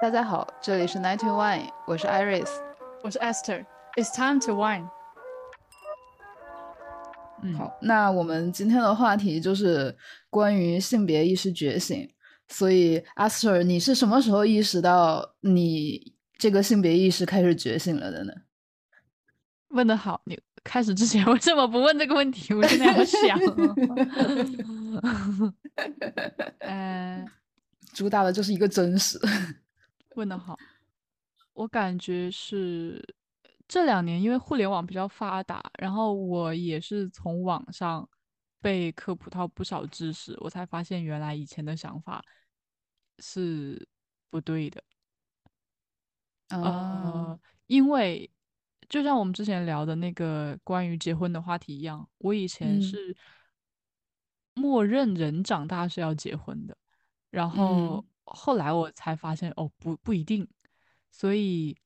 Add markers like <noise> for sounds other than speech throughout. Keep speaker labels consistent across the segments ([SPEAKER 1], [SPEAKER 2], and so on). [SPEAKER 1] 大家好，这里是 Ninety One，我是 Iris。
[SPEAKER 2] 我是 Esther。It's time to wine。
[SPEAKER 3] 嗯，
[SPEAKER 1] 好，那我们今天的话题就是关于性别意识觉醒。所以阿 Sir，你是什么时候意识到你这个性别意识开始觉醒了的呢？
[SPEAKER 3] 问的好，你开始之前为什么不问这个问题？我现在
[SPEAKER 1] <laughs>
[SPEAKER 3] 好想。哦嗯、
[SPEAKER 1] 主打的就是一个真实。
[SPEAKER 3] 问的好，我感觉是这两年，因为互联网比较发达，然后我也是从网上被科普到不少知识，我才发现原来以前的想法是不对的。
[SPEAKER 1] 啊
[SPEAKER 3] 呃，因为就像我们之前聊的那个关于结婚的话题一样，我以前
[SPEAKER 1] 嗯
[SPEAKER 3] 是默认人长大是要结婚的，然后
[SPEAKER 1] 嗯
[SPEAKER 3] 后来我才发现哦，不不一定，所以。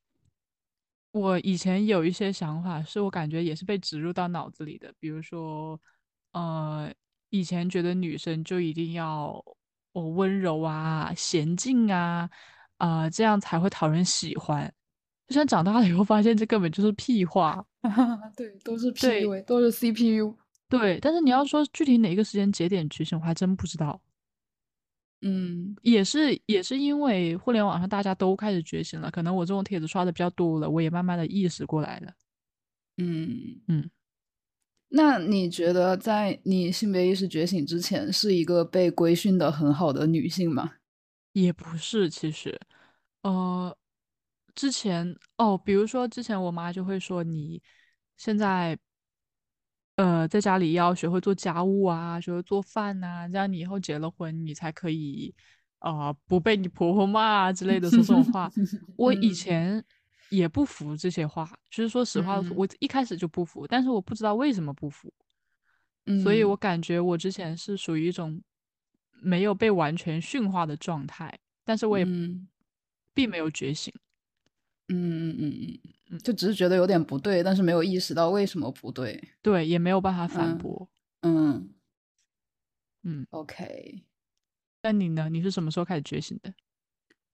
[SPEAKER 3] 我以前有一些想法，是我感觉也是被植入到脑子里的，比如说，呃，以前觉得女生就一定要我温柔啊、娴静啊，啊、这样才会讨人喜欢。就像长大了以后发现，这根本就是屁话。
[SPEAKER 1] 嗯 <laughs> 对，都是
[SPEAKER 3] 对
[SPEAKER 1] PUA，都是 CPU。
[SPEAKER 3] 对，但是你要说具体哪一个时间节点觉醒，我还真不知道。
[SPEAKER 1] 嗯
[SPEAKER 3] 也是也是因为互联网上大家都开始觉醒了，可能我这种帖子刷的比较多了，我也慢慢的意识过来了。
[SPEAKER 1] 嗯
[SPEAKER 3] 嗯。
[SPEAKER 1] 那你觉得在你性别意识觉醒之前，是一个被规训的很好的女性吗？
[SPEAKER 3] 也不是，其实，呃，之前哦，比如说之前我妈就会说你现在，呃，在家里要学会做家务啊，学会做饭呐、这样你以后结了婚，你才可以，啊、不被你婆婆骂啊之类的说这种
[SPEAKER 1] <laughs>
[SPEAKER 3] 话。我以
[SPEAKER 1] 嗯
[SPEAKER 3] 前也不服这些话，其实说实话，
[SPEAKER 1] 嗯
[SPEAKER 3] 我一开始就不服，但是我不知道为什么不服。所以
[SPEAKER 1] 嗯
[SPEAKER 3] 我感觉我之前是属于一种没有被完全驯化的状态，但是我也
[SPEAKER 1] 嗯
[SPEAKER 3] 并没有觉醒。
[SPEAKER 1] 嗯嗯嗯嗯，
[SPEAKER 3] 嗯
[SPEAKER 1] 就只是觉得有点不对，但是没有意识到为什么不对。
[SPEAKER 3] 对，也没有办法反
[SPEAKER 1] 嗯
[SPEAKER 3] 驳。
[SPEAKER 1] 嗯
[SPEAKER 3] 嗯，
[SPEAKER 1] ，OK。
[SPEAKER 3] 那你呢？你是什么时候开始觉醒的？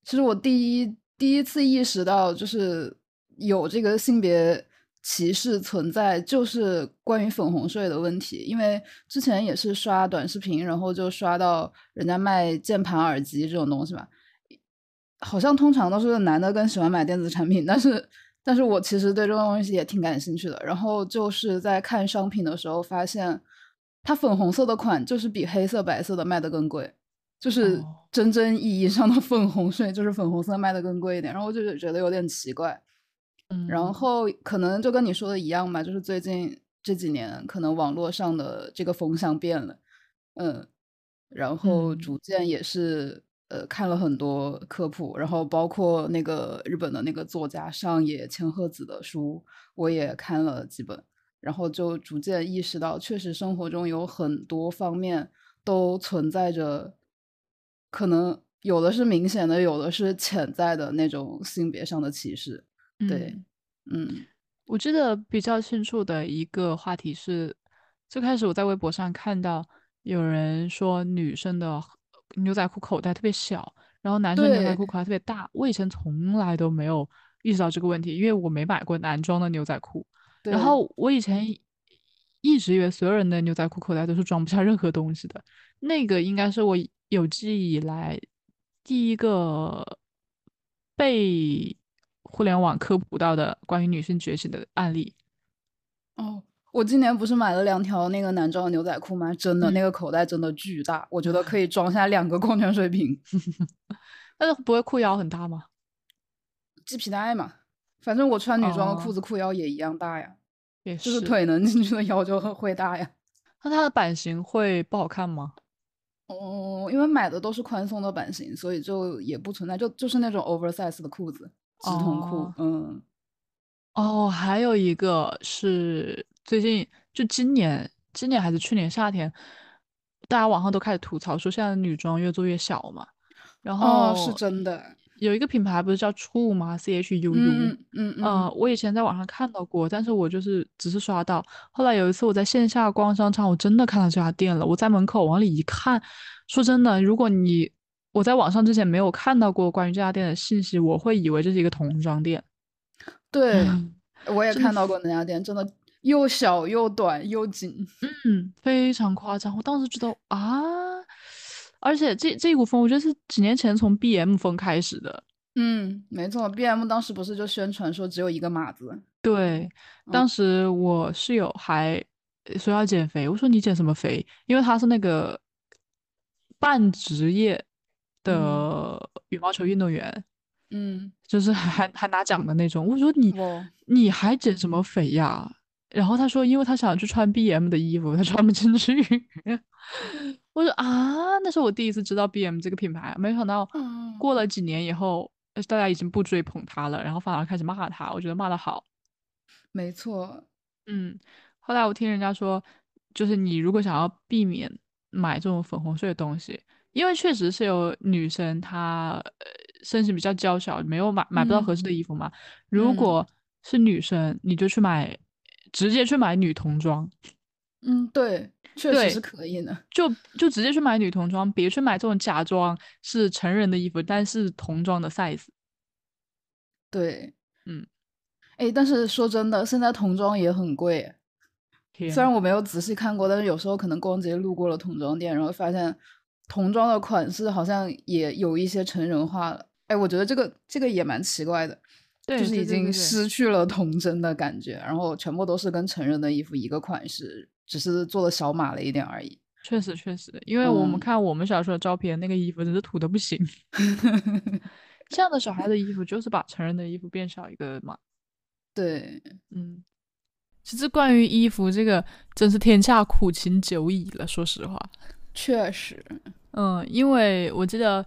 [SPEAKER 1] 其实我第一第一次意识到，就是有这个性别歧视存在，就是关于粉红税的问题。因为之前也是刷短视频，然后就刷到人家卖键盘、耳机这种东西嘛，好像通常都是男的更喜欢买电子产品，但是但是我其实对这种东西也挺感兴趣的。然后就是在看商品的时候发现，它粉红色的款就是比黑色、白色的卖的更贵，就是
[SPEAKER 3] 哦
[SPEAKER 1] 真正意义上的粉红税，就是粉红色卖的更贵一点。然后我就觉得有点奇怪。
[SPEAKER 3] 嗯
[SPEAKER 1] 然后可能就跟你说的一样吧，就是最近这几年可能网络上的这个风向变了，嗯，然后
[SPEAKER 3] 嗯
[SPEAKER 1] 逐渐也是呃看了很多科普，然后包括那个日本的那个作家上野千鹤子的书，我也看了几本，然后就逐渐意识到，确实生活中有很多方面都存在着，可能有的是明显的，有的是潜在的那种性别上的歧视。对
[SPEAKER 3] 嗯
[SPEAKER 1] 嗯
[SPEAKER 3] 我记得比较清楚的一个话题是，最开始我在微博上看到有人说女生的牛仔裤口袋特别小，然后男生牛仔
[SPEAKER 1] 对
[SPEAKER 3] 裤口袋特别大。我以前从来都没有意识到这个问题，因为我没买过男装的牛仔裤。，
[SPEAKER 1] 对
[SPEAKER 3] 然后我以前一直以为所有人的牛仔裤口袋都是装不下任何东西的，那个应该是我有记忆以来第一个被互联网科普到的关于女性觉醒的案例。
[SPEAKER 1] 哦，我今年不是买了两条那个男装的牛仔裤吗？真的，
[SPEAKER 3] 嗯
[SPEAKER 1] 那个口袋真的巨大，我觉得可以装下两个矿泉水瓶，
[SPEAKER 3] 但是不会裤腰很大吗？
[SPEAKER 1] 系皮带嘛。反正我穿女装的裤
[SPEAKER 3] 哦
[SPEAKER 1] 子裤腰也一样大呀，
[SPEAKER 3] 也
[SPEAKER 1] 就是腿能进去的腰就会大
[SPEAKER 3] <laughs>
[SPEAKER 1] 呀。
[SPEAKER 3] 那它的版型会不好看吗？
[SPEAKER 1] 哦，因为买的都是宽松的版型，所以就也不存在，就就是那种 oversize 的裤子，直筒裤，
[SPEAKER 3] 哦
[SPEAKER 1] 嗯
[SPEAKER 3] 哦，还有一个是最近就今年，今年还是去年夏天，大家网上都开始吐槽说现在的女装越做越小嘛。然
[SPEAKER 1] 哦
[SPEAKER 3] 后
[SPEAKER 1] 是真的。
[SPEAKER 3] 有一个品牌不是叫 True 吗？C H U U。
[SPEAKER 1] 嗯嗯嗯，
[SPEAKER 3] 呃，我以前在网上看到过，但是我就是只是刷到。后来有一次我在线下逛商场，我真的看到这家店了。我在门口往里一看，说真的，如果你我在网上之前没有看到过关于这家店的信息，我会以为这是一个童装店。
[SPEAKER 1] 对，
[SPEAKER 3] 嗯
[SPEAKER 1] 我也
[SPEAKER 3] 真的
[SPEAKER 1] 看到过那家店，真的又小又短又紧。
[SPEAKER 3] 嗯，非常夸张。我当时知道啊，而且这这股风，我觉得是几年前从 BM 风开始的。
[SPEAKER 1] 嗯，没错，B M 当时不是就宣传说只有一个码子，
[SPEAKER 3] 对，
[SPEAKER 1] 嗯
[SPEAKER 3] 当时我室友还呃说要减肥，我说你减什么肥？因为他是那个半职业的羽毛球运动员，
[SPEAKER 1] 嗯，
[SPEAKER 3] 就是还还还拿奖的那种。我说你
[SPEAKER 1] 哇
[SPEAKER 3] 你还减什么肥呀？然后他说，因为他想去穿 BM 的衣服，他穿不进去。 <laughs> 我说啊，那是我第一次知道 BM 这个品牌，没想到
[SPEAKER 1] 嗯
[SPEAKER 3] 过了几年以后，呃大家已经不追捧他了，然后反而开始骂他。我觉得骂的好。
[SPEAKER 1] 没错，
[SPEAKER 3] 嗯，后来我听人家说，就是你如果想要避免买这种粉红色的东西，因为确实是有女生她呃身形比较娇小，没有买买不到
[SPEAKER 1] 嗯
[SPEAKER 3] 合适的衣服嘛。如
[SPEAKER 1] 嗯
[SPEAKER 3] 果是女生，你就去买，直接去买女童装，
[SPEAKER 1] 嗯，对，确实
[SPEAKER 3] 对
[SPEAKER 1] 是可以的。
[SPEAKER 3] 就就直接去买女童装，别去买这种假装是成人的衣服，但是童装的 size。
[SPEAKER 1] 对，
[SPEAKER 3] 嗯，
[SPEAKER 1] 哎，但是说真的，现在童装也很贵。
[SPEAKER 3] 天
[SPEAKER 1] 虽然我没有仔细看过，但是有时候可能逛街路过了童装店，然后发现童装的款式好像也有一些成人化了。哎，我觉得这个这个也蛮奇怪的，
[SPEAKER 3] 对，
[SPEAKER 1] 就是
[SPEAKER 3] 对
[SPEAKER 1] 已
[SPEAKER 3] 对对
[SPEAKER 1] 经
[SPEAKER 3] 对
[SPEAKER 1] 失去了童真的感觉，然后全部都是跟成人的衣服一个款式，只是做的小码了一点而已。
[SPEAKER 3] 确实确实，因为我们
[SPEAKER 1] 嗯
[SPEAKER 3] 看我们小时候的照片，那个衣服真是土的不 <laughs> 行。这样的小孩的衣服就是把成人的衣服变小一个码。
[SPEAKER 1] 对，
[SPEAKER 3] 嗯，其实关于衣服这个，真是天下苦秦久矣了。说实话，
[SPEAKER 1] 确实，
[SPEAKER 3] 嗯，因为我记得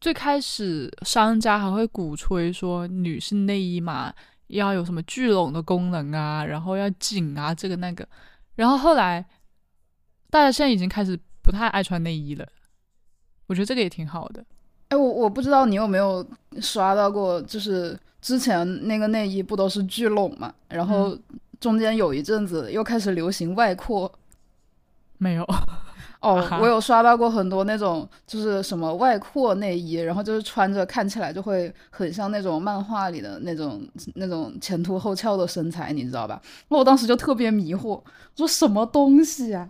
[SPEAKER 3] 最开始商家还会鼓吹说女性内衣嘛要有什么聚拢的功能啊，然后要紧啊，这个那个。然后后来大家现在已经开始不太爱穿内衣了，我觉得这个也挺好的。
[SPEAKER 1] 哎，我我不知道你有没有刷到过，就是之前那个内衣不都是聚拢嘛，然后
[SPEAKER 3] 嗯
[SPEAKER 1] 中间有一阵子又开始流行外扩。
[SPEAKER 3] 没有， <laughs>
[SPEAKER 1] 哦
[SPEAKER 3] 啊，哈
[SPEAKER 1] 我有刷到过很多那种，就是什么外扩内衣，然后就是穿着看起来就会很像那种漫画里的那种那种前凸后翘的身材，你知道吧？那我当时就特别迷惑，我说什么东西啊？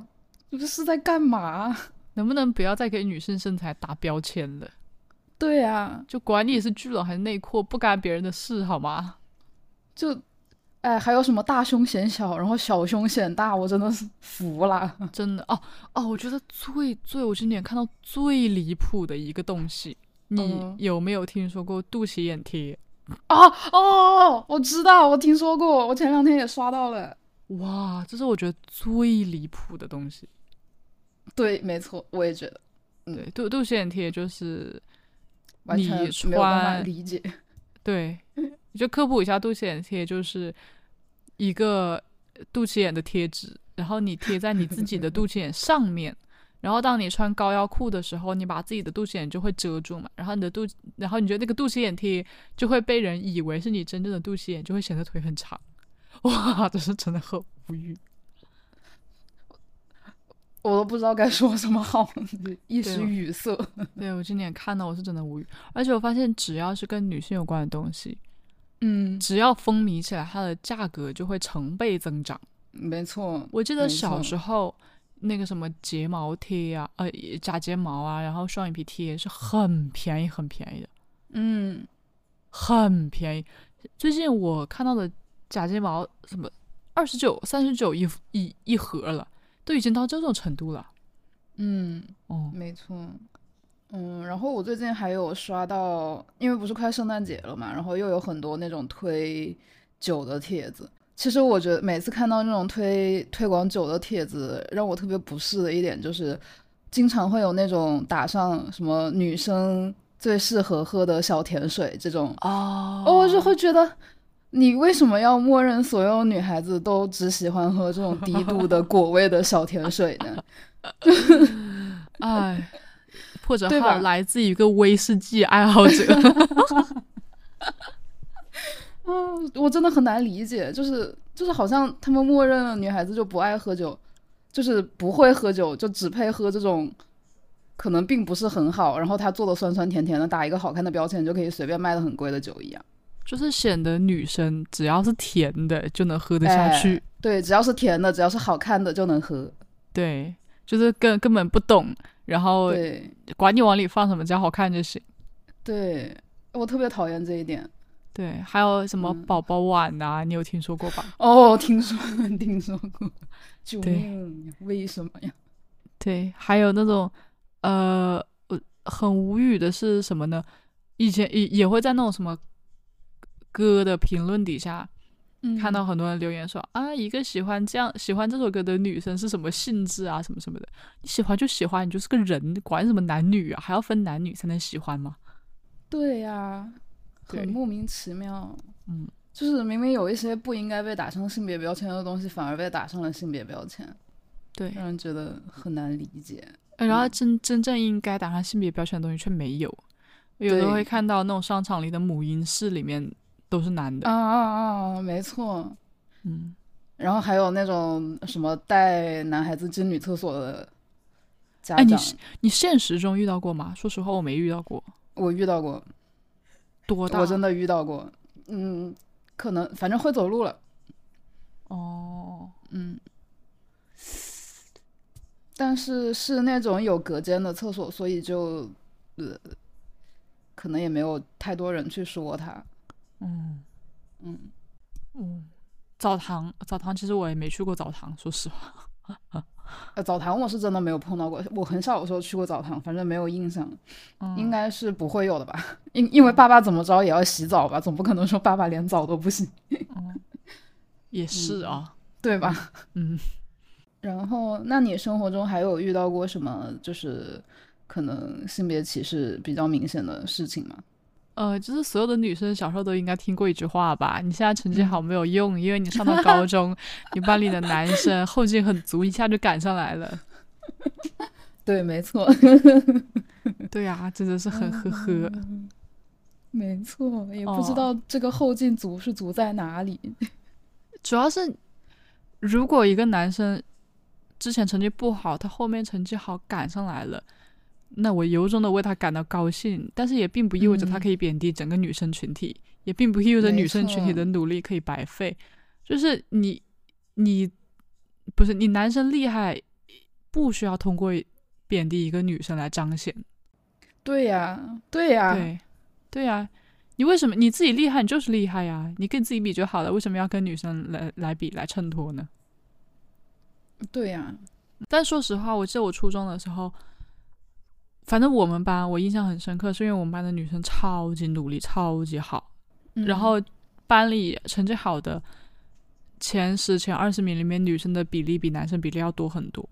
[SPEAKER 1] 你这是在干嘛？ <laughs>
[SPEAKER 3] 能不能不要再给女性身材打标签了？
[SPEAKER 1] 对啊呀，
[SPEAKER 3] 就管你是聚拢还是内扩，不干别人的事好吗？
[SPEAKER 1] 就，哎，还有什么大胸显小，然后小胸显大，我真的是服了。 <laughs>
[SPEAKER 3] 真的哦哦，我觉得最最我今年看到最离谱的一个东西，你
[SPEAKER 1] 嗯
[SPEAKER 3] 有没有听说过肚脐眼贴？
[SPEAKER 1] 啊哦，我知道，我听说过，我前两天也刷到了。
[SPEAKER 3] 哇，这是我觉得最离谱的东西。
[SPEAKER 1] 对，没错，我也觉得嗯
[SPEAKER 3] 对，肚肚脐眼贴就是
[SPEAKER 1] 完
[SPEAKER 3] 你
[SPEAKER 1] 全没有办法
[SPEAKER 3] 穿
[SPEAKER 1] 理解。
[SPEAKER 3] <laughs> 对，就科普一下，肚脐眼贴就是一个肚脐眼的贴纸，然后你贴在你自己的肚脐眼上面，然后当你穿高腰裤的时候，你把自己的肚脐眼就会遮住嘛，然后你的肚，然后你觉得那个肚脐眼贴就会被人以为是你真正的肚脐眼，就会显得腿很长。 <laughs> 哇，这是真的很无语。
[SPEAKER 1] 我都不知道该说什么好， <laughs> 一时
[SPEAKER 3] 对啊
[SPEAKER 1] 语塞。
[SPEAKER 3] 对我今年看到我是真的无语，而且我发现只要是跟女性有关的东西，
[SPEAKER 1] 嗯，
[SPEAKER 3] 只要风靡起来，它的价格就会成倍增长。
[SPEAKER 1] 没错，
[SPEAKER 3] 我记得
[SPEAKER 1] 没
[SPEAKER 3] 小
[SPEAKER 1] 错
[SPEAKER 3] 时候那个什么睫毛贴啊，呃，假睫毛啊，然后双眼皮贴是很便宜、很便宜的，
[SPEAKER 1] 嗯，
[SPEAKER 3] 很便宜。最近我看到的假睫毛什么二十九、三十九一一一盒了，都已经到这种程度了。
[SPEAKER 1] 嗯，
[SPEAKER 3] 哦，
[SPEAKER 1] 没错。嗯，然后我最近还有刷到，因为不是快圣诞节了嘛，然后又有很多那种推酒的帖子。其实我觉得每次看到那种推推广酒的帖子，让我特别不适的一点就是，经常会有那种打上什么女生最适合喝的小甜水这种
[SPEAKER 3] 哦
[SPEAKER 1] 哦，我就会觉得，你为什么要默认所有女孩子都只喜欢喝这种低度的果味的小甜水呢？
[SPEAKER 3] 哎，破折
[SPEAKER 1] 对
[SPEAKER 3] 号
[SPEAKER 1] 吧
[SPEAKER 3] 来自于一个威士忌爱好者。
[SPEAKER 1] <laughs> 嗯，我真的很难理解，就是就是好像他们默认了女孩子就不爱喝酒，就是不会喝酒，就只配喝这种可能并不是很好，然后它做的酸酸甜甜的，打一个好看的标签就可以随便卖的很贵的酒一样。
[SPEAKER 3] 就是显得女生只要是甜的就能喝得下
[SPEAKER 1] 哎
[SPEAKER 3] 去，
[SPEAKER 1] 对，只要是甜的，只要是好看的就能喝。
[SPEAKER 3] 对，就是根根本不懂，然后
[SPEAKER 1] 对
[SPEAKER 3] 管你往里放什么，只要好看就行。
[SPEAKER 1] 对，我特别讨厌这一点。
[SPEAKER 3] 对，还有什么
[SPEAKER 1] 嗯
[SPEAKER 3] 宝宝碗啊，你有听说过吧？
[SPEAKER 1] 哦，听说 <laughs> 听说过， <laughs> 救
[SPEAKER 3] 对
[SPEAKER 1] 命呀！为什么呀？
[SPEAKER 3] 对，还有那种，呃，我很无语的是什么呢？以前也也会在那种什么歌的评论底下看到很多人留言说、啊，一个喜欢这样喜欢这首歌的女生是什么性质啊，什么什么的。你喜欢就喜欢，你就是个人，管什么男女啊，还要分男女才能喜欢吗？
[SPEAKER 1] 对呀、
[SPEAKER 3] 对
[SPEAKER 1] 很莫名其妙。
[SPEAKER 3] 嗯，
[SPEAKER 1] 就是明明有一些不应该被打上性别标签的东西，反而被打上了性别标签，
[SPEAKER 3] 对，
[SPEAKER 1] 让人觉得很难理解。
[SPEAKER 3] 呃然后
[SPEAKER 1] 嗯
[SPEAKER 3] 真真正应该打上性别标签的东西却没有，有的
[SPEAKER 1] 对
[SPEAKER 3] 会看到那种商场里的母婴室里面都是男的，
[SPEAKER 1] 啊啊啊！没错。
[SPEAKER 3] 嗯，
[SPEAKER 1] 然后还有那种什么带男孩子进女厕所的家
[SPEAKER 3] 哎，你
[SPEAKER 1] 长，
[SPEAKER 3] 是你现实中遇到过吗？说实话，我没遇到过，
[SPEAKER 1] 我遇到过，
[SPEAKER 3] 多大？
[SPEAKER 1] 我真的遇到过。嗯，可能反正会走路了。
[SPEAKER 3] 哦，
[SPEAKER 1] 嗯，但是是那种有隔间的厕所，所以就呃，可能也没有太多人去说他。
[SPEAKER 3] 嗯
[SPEAKER 1] 嗯，
[SPEAKER 3] 嗯，澡堂澡堂其实我也没去过澡堂，说实 <laughs> 话，
[SPEAKER 1] 呃，澡堂我是真的没有碰到过，我很小的时候去过澡堂，反正没有印象，
[SPEAKER 3] 嗯、
[SPEAKER 1] 应该是不会有的吧？因因为爸爸怎么着也要洗澡吧，总不可能说爸爸连澡都不洗，
[SPEAKER 3] 嗯也是啊，
[SPEAKER 1] 对吧？
[SPEAKER 3] <laughs> 嗯
[SPEAKER 1] 然后，那你生活中还有遇到过什么就是可能性别歧视比较明显的事情吗？
[SPEAKER 3] 呃，就是所有的女生小时候都应该听过一句话吧？你现在成绩好没有用，因为你上到高中， <laughs> 你班里的男生后劲很足，一下就赶上来了。
[SPEAKER 1] 对，没错，
[SPEAKER 3] <laughs>
[SPEAKER 1] <laughs>
[SPEAKER 3] 对呀、真的是嗯很呵呵。
[SPEAKER 1] 没错，也不知
[SPEAKER 3] 哦
[SPEAKER 1] 道这个后劲足是足在哪里。
[SPEAKER 3] 主要是，如果一个男生之前成绩不好，他后面成绩好赶上来了，那我由衷的为他感到高兴。但是也并不意味着他
[SPEAKER 1] 嗯
[SPEAKER 3] 可以贬低整个女生群体，也并不意味着
[SPEAKER 1] 没
[SPEAKER 3] 女生群体
[SPEAKER 1] 错
[SPEAKER 3] 的努力可以白费。就是你，你不是你男生厉害，不需要通过贬低一个女生来彰显。
[SPEAKER 1] 对呀、对呀、
[SPEAKER 3] 对，对呀、你为什么你自己厉害，你就是厉害呀、啊你跟自己比就好了，为什么要跟女生来来比来衬托呢？
[SPEAKER 1] 对呀、
[SPEAKER 3] 但说实话，我记得我初中的时候，反正我们班我印象很深刻，是因为我们班的女生超级努力，超级好，
[SPEAKER 1] 嗯
[SPEAKER 3] 然后班里成绩好的前十、前二十名里面，女生的比例比男生比例要多很多。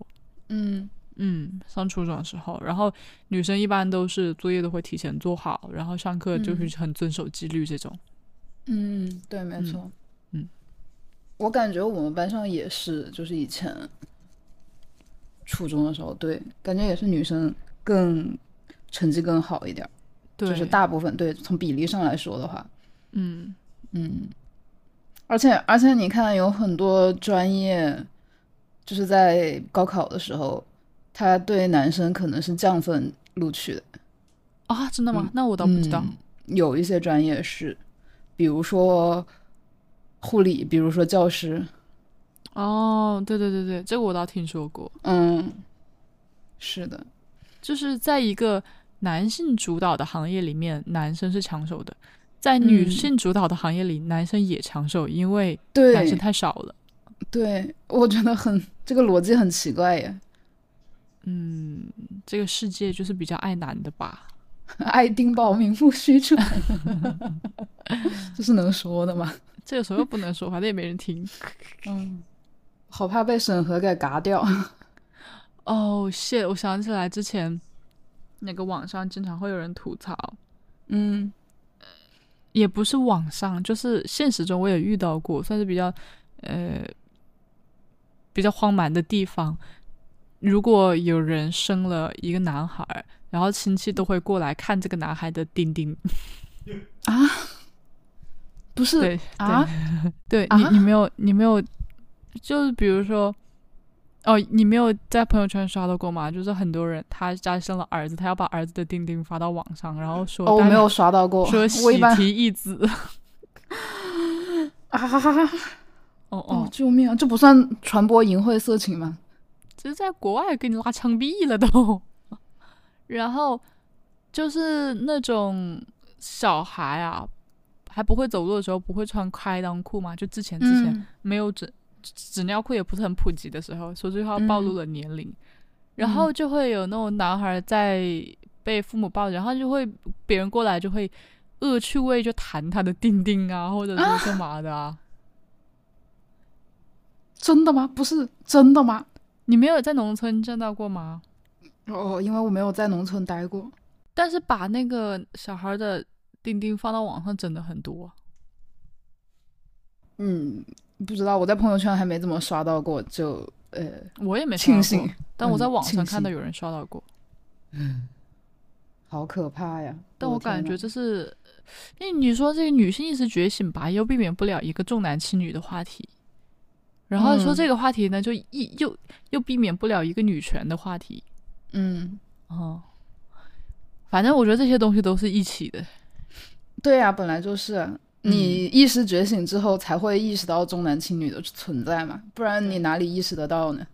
[SPEAKER 1] 嗯
[SPEAKER 3] 嗯，上初中的时候，然后女生一般都是作业都会提前做好，然后上课就是很遵守纪律这种。
[SPEAKER 1] 嗯，对，没错。
[SPEAKER 3] 嗯
[SPEAKER 1] 我感觉我们班上也是，就是以前初中的时候，对，感觉也是女生更成绩更好一点儿，
[SPEAKER 3] 对，
[SPEAKER 1] 就是大部分对，从比例上来说的话，
[SPEAKER 3] 嗯，
[SPEAKER 1] 嗯，而且而且你看，有很多专业，就是在高考的时候，他对男生可能是降分录取的，
[SPEAKER 3] 啊，真的吗？
[SPEAKER 1] 嗯
[SPEAKER 3] 那我倒不知道。
[SPEAKER 1] 嗯有一些专业是，比如说护理，比如说教师，
[SPEAKER 3] 哦，对对对对，这个我倒听说过，
[SPEAKER 1] 嗯，是的，
[SPEAKER 3] 就是在一个男性主导的行业里面，男生是抢手的；在女
[SPEAKER 1] 嗯
[SPEAKER 3] 性主导的行业里，男生也抢手，因为男生
[SPEAKER 1] 对
[SPEAKER 3] 太少了。
[SPEAKER 1] 对，我觉得很这个逻辑很奇怪耶， <laughs>
[SPEAKER 3] 嗯，这个世界就是比较爱男的吧？
[SPEAKER 1] 爱丁堡名不虚
[SPEAKER 3] <laughs>
[SPEAKER 1] 传，这是能说的吗？
[SPEAKER 3] 这个时候又不能说， <laughs> 反正也没人听。
[SPEAKER 1] 嗯，好怕被审核给嘎
[SPEAKER 3] <laughs>
[SPEAKER 1] 掉。
[SPEAKER 3] 哦，谢，我想起来之前那个网上经常会有人吐槽，
[SPEAKER 1] 嗯
[SPEAKER 3] 也不是网上，就是现实中我也遇到过，算是比较呃比较荒蛮的地方。如果有人生了一个男孩儿，然后亲戚都会过来看这个男孩的丁丁。
[SPEAKER 1] 啊，不是
[SPEAKER 3] 对
[SPEAKER 1] 啊，
[SPEAKER 3] 对，
[SPEAKER 1] 啊
[SPEAKER 3] 你你没有你没有，就是比如说，哦，你没有在朋友圈刷到过吗？就是很多人他家生了儿子，他要把儿子的钉钉发到网上，然后说
[SPEAKER 1] 哦，我
[SPEAKER 3] 大
[SPEAKER 1] 没
[SPEAKER 3] 家
[SPEAKER 1] 有刷到过，
[SPEAKER 3] 说
[SPEAKER 1] 我一
[SPEAKER 3] 喜
[SPEAKER 1] 般
[SPEAKER 3] 提一子，
[SPEAKER 1] <laughs>
[SPEAKER 3] <laughs>
[SPEAKER 1] 啊哈哈哈！
[SPEAKER 3] 哦
[SPEAKER 1] 哦
[SPEAKER 3] 哦，，
[SPEAKER 1] 救命啊！这不算传播淫秽色情吗？
[SPEAKER 3] 这是在国外给你拉枪毙了都。 <laughs> 然后就是那种小孩啊，还不会走路的时候不会穿开裆裤嘛，就之前之前
[SPEAKER 1] 嗯
[SPEAKER 3] 没有纸纸尿裤也不是很普及的时候，说句实话暴露了年龄，然后就会有那种男孩在被父母抱着，然后就会别人过来就会恶趣味就弹他的钉钉啊，或者是干嘛的啊。
[SPEAKER 1] 真的吗？不是真的吗？
[SPEAKER 3] 你没有在农村见到过吗？嗯
[SPEAKER 1] 哦，因为我没有在农村待过。
[SPEAKER 3] 但是把那个小孩的钉钉放到网上真的很多，啊
[SPEAKER 1] 嗯，不知道，我在朋友圈还没怎么刷到过，就呃，
[SPEAKER 3] 我也没刷
[SPEAKER 1] 庆
[SPEAKER 3] 到
[SPEAKER 1] 幸
[SPEAKER 3] 过，，但我在
[SPEAKER 1] 嗯
[SPEAKER 3] 网上
[SPEAKER 1] 庆
[SPEAKER 3] 看到
[SPEAKER 1] 幸
[SPEAKER 3] 有人刷到过。
[SPEAKER 1] 好可怕呀！
[SPEAKER 3] 但
[SPEAKER 1] 我
[SPEAKER 3] 我
[SPEAKER 1] 的天
[SPEAKER 3] 感
[SPEAKER 1] 呐
[SPEAKER 3] 觉这是，因为你说这个女性意识觉醒吧，又避免不了一个重男轻女的话题。然后说
[SPEAKER 1] 嗯
[SPEAKER 3] 这个话题呢，就一又又避免不了一个女权的话题。
[SPEAKER 1] 嗯，
[SPEAKER 3] 哦，反正我觉得这些东西都是一起的。
[SPEAKER 1] 对呀、本来就是你
[SPEAKER 3] 嗯
[SPEAKER 1] 意识觉醒之后才会意识到重男轻女的存在嘛，不然你
[SPEAKER 3] 对
[SPEAKER 1] 哪里意识得到呢？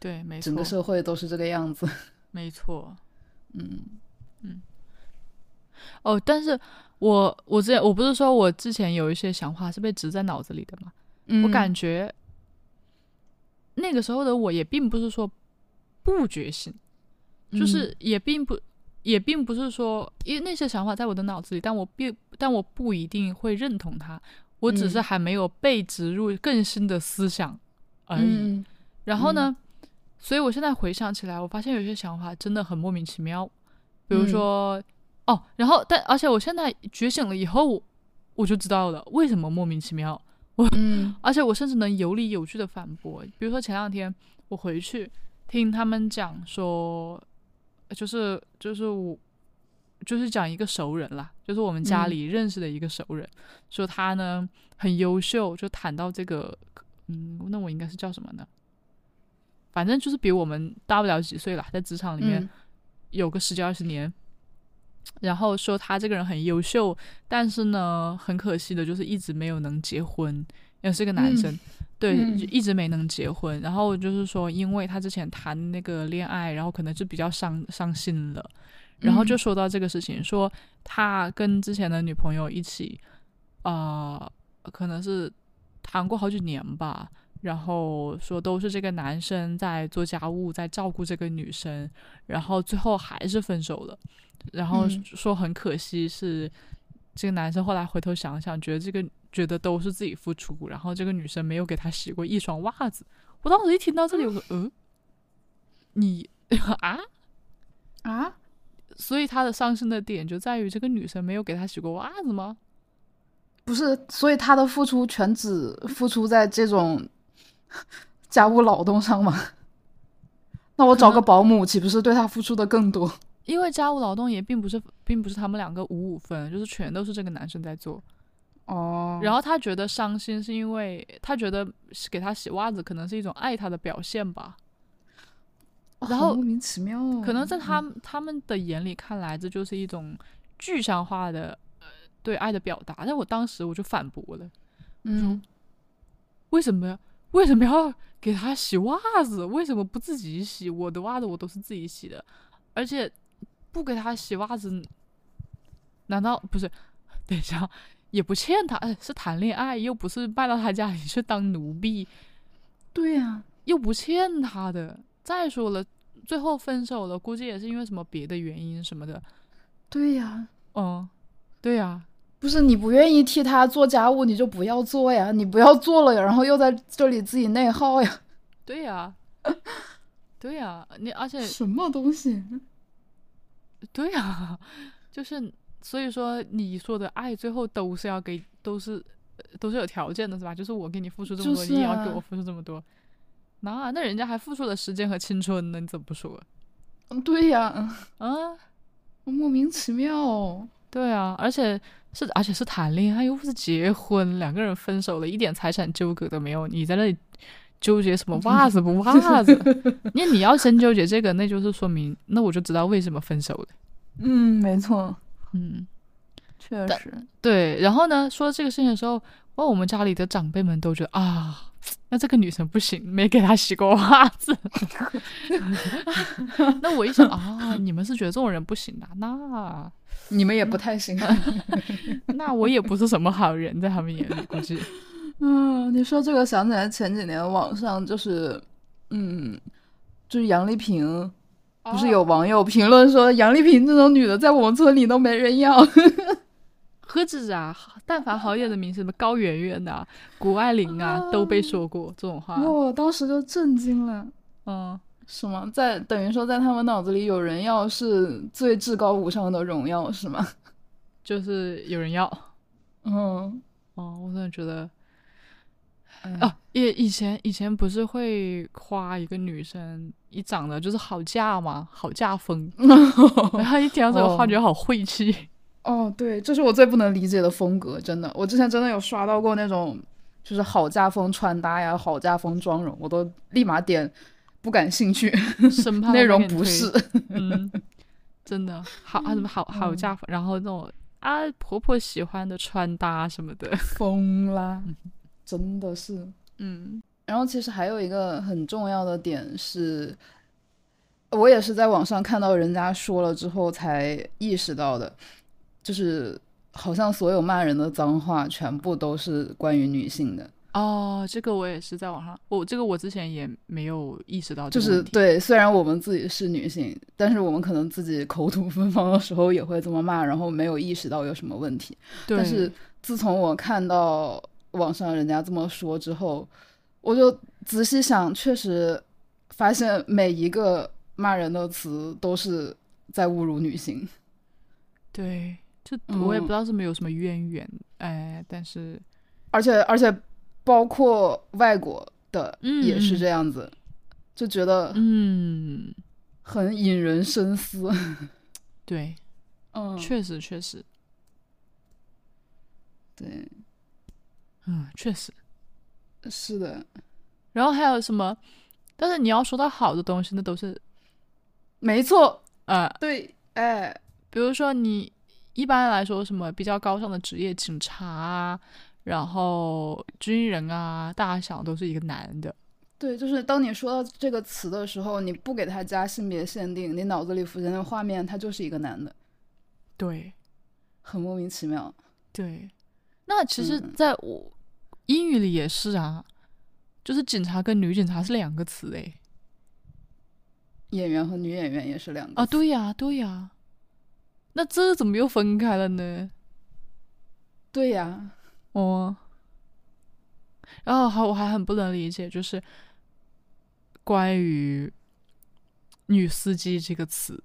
[SPEAKER 3] 对，没
[SPEAKER 1] 整
[SPEAKER 3] 错
[SPEAKER 1] 个，社会都是这个样子。
[SPEAKER 3] 没错。
[SPEAKER 1] 嗯
[SPEAKER 3] 哦，但是我我之前我不是说我之前有一些想法是被植在脑子里的嘛？
[SPEAKER 1] 嗯，
[SPEAKER 3] <laughs> 我感觉那个时候的我也并不是说不觉醒，
[SPEAKER 1] 嗯
[SPEAKER 3] 就是也并不、也并不是说，因为那些想法在我的脑子里，但我并但我不一定会认同它，我只是
[SPEAKER 1] 嗯
[SPEAKER 3] 还没有被植入更新的思想而已。
[SPEAKER 1] 嗯
[SPEAKER 3] 然后呢，所以我现在回想起来，我发现有些想法真的很莫名其妙，比如
[SPEAKER 1] 嗯
[SPEAKER 3] 说，哦，然后但而且我现在觉醒了以后，我我就知道了为什么莫名其妙。
[SPEAKER 1] 嗯
[SPEAKER 3] 而且我甚至能有理有据的反驳。比如说前两天我回去听他们讲说，就是就是我就是讲一个熟人啦，就是我们家
[SPEAKER 1] 嗯
[SPEAKER 3] 里认识的一个熟人，说他呢很优秀，就谈到这个，嗯，那我应该是叫什么呢？反正就是比我们大不了几岁啦，在职 <laughs> 场里面
[SPEAKER 1] 嗯
[SPEAKER 3] 有个十几二十年。然后说他这个人很优秀，但是呢，很可惜的就是一直没有能结婚，也是个男
[SPEAKER 1] 嗯
[SPEAKER 3] 生，对，
[SPEAKER 1] 嗯
[SPEAKER 3] 就一直没能结婚。然后就是说，因为他之前谈那个恋爱，然后可能就比较伤伤心了，然后就
[SPEAKER 1] 嗯
[SPEAKER 3] 说到这个事情，说他跟之前的女朋友一起，呃，可能是谈过好几年吧。然后说都是这个男生在做家务，在照顾这个女生，然后最后还是分手了。然后
[SPEAKER 1] 嗯
[SPEAKER 3] 说很可惜是这个男生后来回头想想，觉得这个觉得都是自己付出，然后这个女生没有给他洗过一双袜子。我当时一听到这里，我说嗯，你 <laughs> 啊，
[SPEAKER 1] 啊，
[SPEAKER 3] 所以他的上升的点就在于这个女生没有给他洗过袜子吗？
[SPEAKER 1] 不是，所以他的付出全只付出在这种 <laughs> 家务劳动上吗？那我
[SPEAKER 3] 可
[SPEAKER 1] 找
[SPEAKER 3] 能
[SPEAKER 1] 个保姆，岂不是对他付出的更多？
[SPEAKER 3] 因为家务劳动也并不是并不是他们两个五五分，就是全都是这个男生在做。
[SPEAKER 1] 哦，
[SPEAKER 3] 然
[SPEAKER 1] 后
[SPEAKER 3] 后他觉得伤心是因为他觉得给他洗袜子可能是一种爱他的表现吧。然后
[SPEAKER 1] 莫名其妙哦，
[SPEAKER 3] 可能在他们他们的眼里看来，这就是一种具象化的呃对爱的表达。但我当时我就反驳了，
[SPEAKER 1] 嗯
[SPEAKER 3] 为什么呀？为什么要给他洗袜子？为什么不自己洗？我的袜子我都是自己洗的，而且不给他洗袜子，难道不是？等一下，也不欠他，哎是谈恋爱，又不是卖到他家里去当奴婢，
[SPEAKER 1] 对呀、
[SPEAKER 3] 又不欠他的。再说了，最后分手了，估计也是因为什么别的原因什么的。
[SPEAKER 1] 对呀、
[SPEAKER 3] 嗯，对呀、
[SPEAKER 1] 不是你不愿意替他做家务，你就不要做 <laughs> 呀，你不要做了，然后又在这里自己内耗呀，
[SPEAKER 3] 对呀、对呀、你而且
[SPEAKER 1] 什么东西？
[SPEAKER 3] 对呀、就是所以说你说的爱最后都是要给，都是呃都是有条件的，是吧？就是我给你付出这么
[SPEAKER 1] 就
[SPEAKER 3] 多，
[SPEAKER 1] 是
[SPEAKER 3] 你也要给
[SPEAKER 1] 啊
[SPEAKER 3] 我付出这么多。那那人家还付出了时间和青春呢，你怎么不说？
[SPEAKER 1] 嗯对呀、
[SPEAKER 3] 啊，
[SPEAKER 1] 莫名其妙哦、
[SPEAKER 3] 对啊，而且是而且是谈恋爱，又不是结婚，两个人分手了，一点财产纠葛都没有，你在那里纠结
[SPEAKER 1] <laughs>
[SPEAKER 3] 什么袜子不袜子， <laughs> 因为你要真纠结这个，那就是说明那我就知道为什么分手了。
[SPEAKER 1] 嗯，没错，
[SPEAKER 3] 嗯，
[SPEAKER 1] 确实，
[SPEAKER 3] 对。然后呢，说这个事情的时候，哇，我们家里的长辈们都觉得啊，那这个女生不行，没给她洗过袜 <laughs> 子。那我一想啊，你们是觉得这种人不行的、那
[SPEAKER 1] 你们也不太行。啊 <laughs>
[SPEAKER 3] 那我也不是什么好人，在他们眼里估计。
[SPEAKER 1] 嗯，你说这个想起来前几年网上就是，嗯，就是杨丽萍，不是有
[SPEAKER 3] 哦
[SPEAKER 1] 网友评论说杨丽萍这种女的在我们村里都没人要。
[SPEAKER 3] <laughs>
[SPEAKER 1] <laughs>
[SPEAKER 3] 何止啊，但凡好一点的明星，什么高圆圆呐、谷爱凌啊，都被说过这种话。
[SPEAKER 1] 我当时就震惊了，
[SPEAKER 3] 嗯，
[SPEAKER 1] 是吗？在等于说在他们脑子里有人要是最至高无上的荣耀，是吗？ <laughs>
[SPEAKER 3] 就是有人要。
[SPEAKER 1] 嗯，
[SPEAKER 3] 哦，我真的觉得，
[SPEAKER 1] 哎
[SPEAKER 3] 哦，也以前以前不是会夸一个女生一长得就是好嫁嘛，好嫁风， <laughs> 然后一听到这个话，
[SPEAKER 1] 哦
[SPEAKER 3] 觉得好
[SPEAKER 1] <laughs>
[SPEAKER 3] 晦气。
[SPEAKER 1] 哦，对，这是我最不能理解的风格，真的。我之前真的有刷到过那种，就是好家风穿搭呀，好家风妆容，我都立马点不感兴趣，
[SPEAKER 3] 生
[SPEAKER 1] <laughs>
[SPEAKER 3] 怕
[SPEAKER 1] 内
[SPEAKER 3] 他
[SPEAKER 1] 容
[SPEAKER 3] 啊给你
[SPEAKER 1] 不
[SPEAKER 3] 推
[SPEAKER 1] 是。
[SPEAKER 3] <laughs> 嗯，真的好啊，什么好
[SPEAKER 1] 嗯
[SPEAKER 3] 好嫁风，然后那种啊婆婆喜欢的穿搭什么的，
[SPEAKER 1] 疯啦， <laughs> 真的是。
[SPEAKER 3] 嗯
[SPEAKER 1] 然后其实还有一个很重要的点是，我也是在网上看到人家说了之后才意识到的，就是好像所有骂人的脏话全部都是关于女性的，
[SPEAKER 3] <laughs> 哦，这个我也是在网上，我这个我之前也没有意识到这
[SPEAKER 1] 就
[SPEAKER 3] 个
[SPEAKER 1] 是
[SPEAKER 3] 问题，
[SPEAKER 1] 对，虽然我们自己是女性，但是我们可能自己口吐芬芳的时候也会这么骂，然后没有意识到有什么问题。
[SPEAKER 3] 对，
[SPEAKER 1] 但是自从我看到网上人家这么说之后，我就仔细想，确实发现每一个骂人的词都是在侮辱女性。
[SPEAKER 3] 对，就我也
[SPEAKER 1] 嗯
[SPEAKER 3] 不知道是没有什么渊源，哎，但是
[SPEAKER 1] 而且而且包括外国的
[SPEAKER 3] 嗯
[SPEAKER 1] 也是
[SPEAKER 3] 嗯
[SPEAKER 1] 这样子，就觉得
[SPEAKER 3] 嗯，
[SPEAKER 1] 很引人深思。 <laughs>
[SPEAKER 3] 对，
[SPEAKER 1] 嗯，
[SPEAKER 3] 确实确实，
[SPEAKER 1] 对，
[SPEAKER 3] 嗯，确实。
[SPEAKER 1] 是的，
[SPEAKER 3] 然后还有什么？但是你要说到好的东西，那都是
[SPEAKER 1] 没错，
[SPEAKER 3] 呃，
[SPEAKER 1] 对，哎，
[SPEAKER 3] 比如说你一般来说什么比较高尚的职业，警察啊，然后军人啊，大小都是一个男的。
[SPEAKER 1] 对，就是当你说到这个词的时候，你不给它加性别限定，你脑子里浮现的画面，它就是一个男的，
[SPEAKER 3] 对
[SPEAKER 1] 很莫名其妙。
[SPEAKER 3] 对，那其实
[SPEAKER 1] 嗯
[SPEAKER 3] 在我、英语里也是啊，就是警察跟女警察是两个词诶。
[SPEAKER 1] 演员和女演员也是两个
[SPEAKER 3] 啊，
[SPEAKER 1] 词，
[SPEAKER 3] 对呀、对呀、那这怎么又分开了呢？
[SPEAKER 1] 对呀，
[SPEAKER 3] 哦，然后还我还很不能理解，就是关于“女司机”这个词，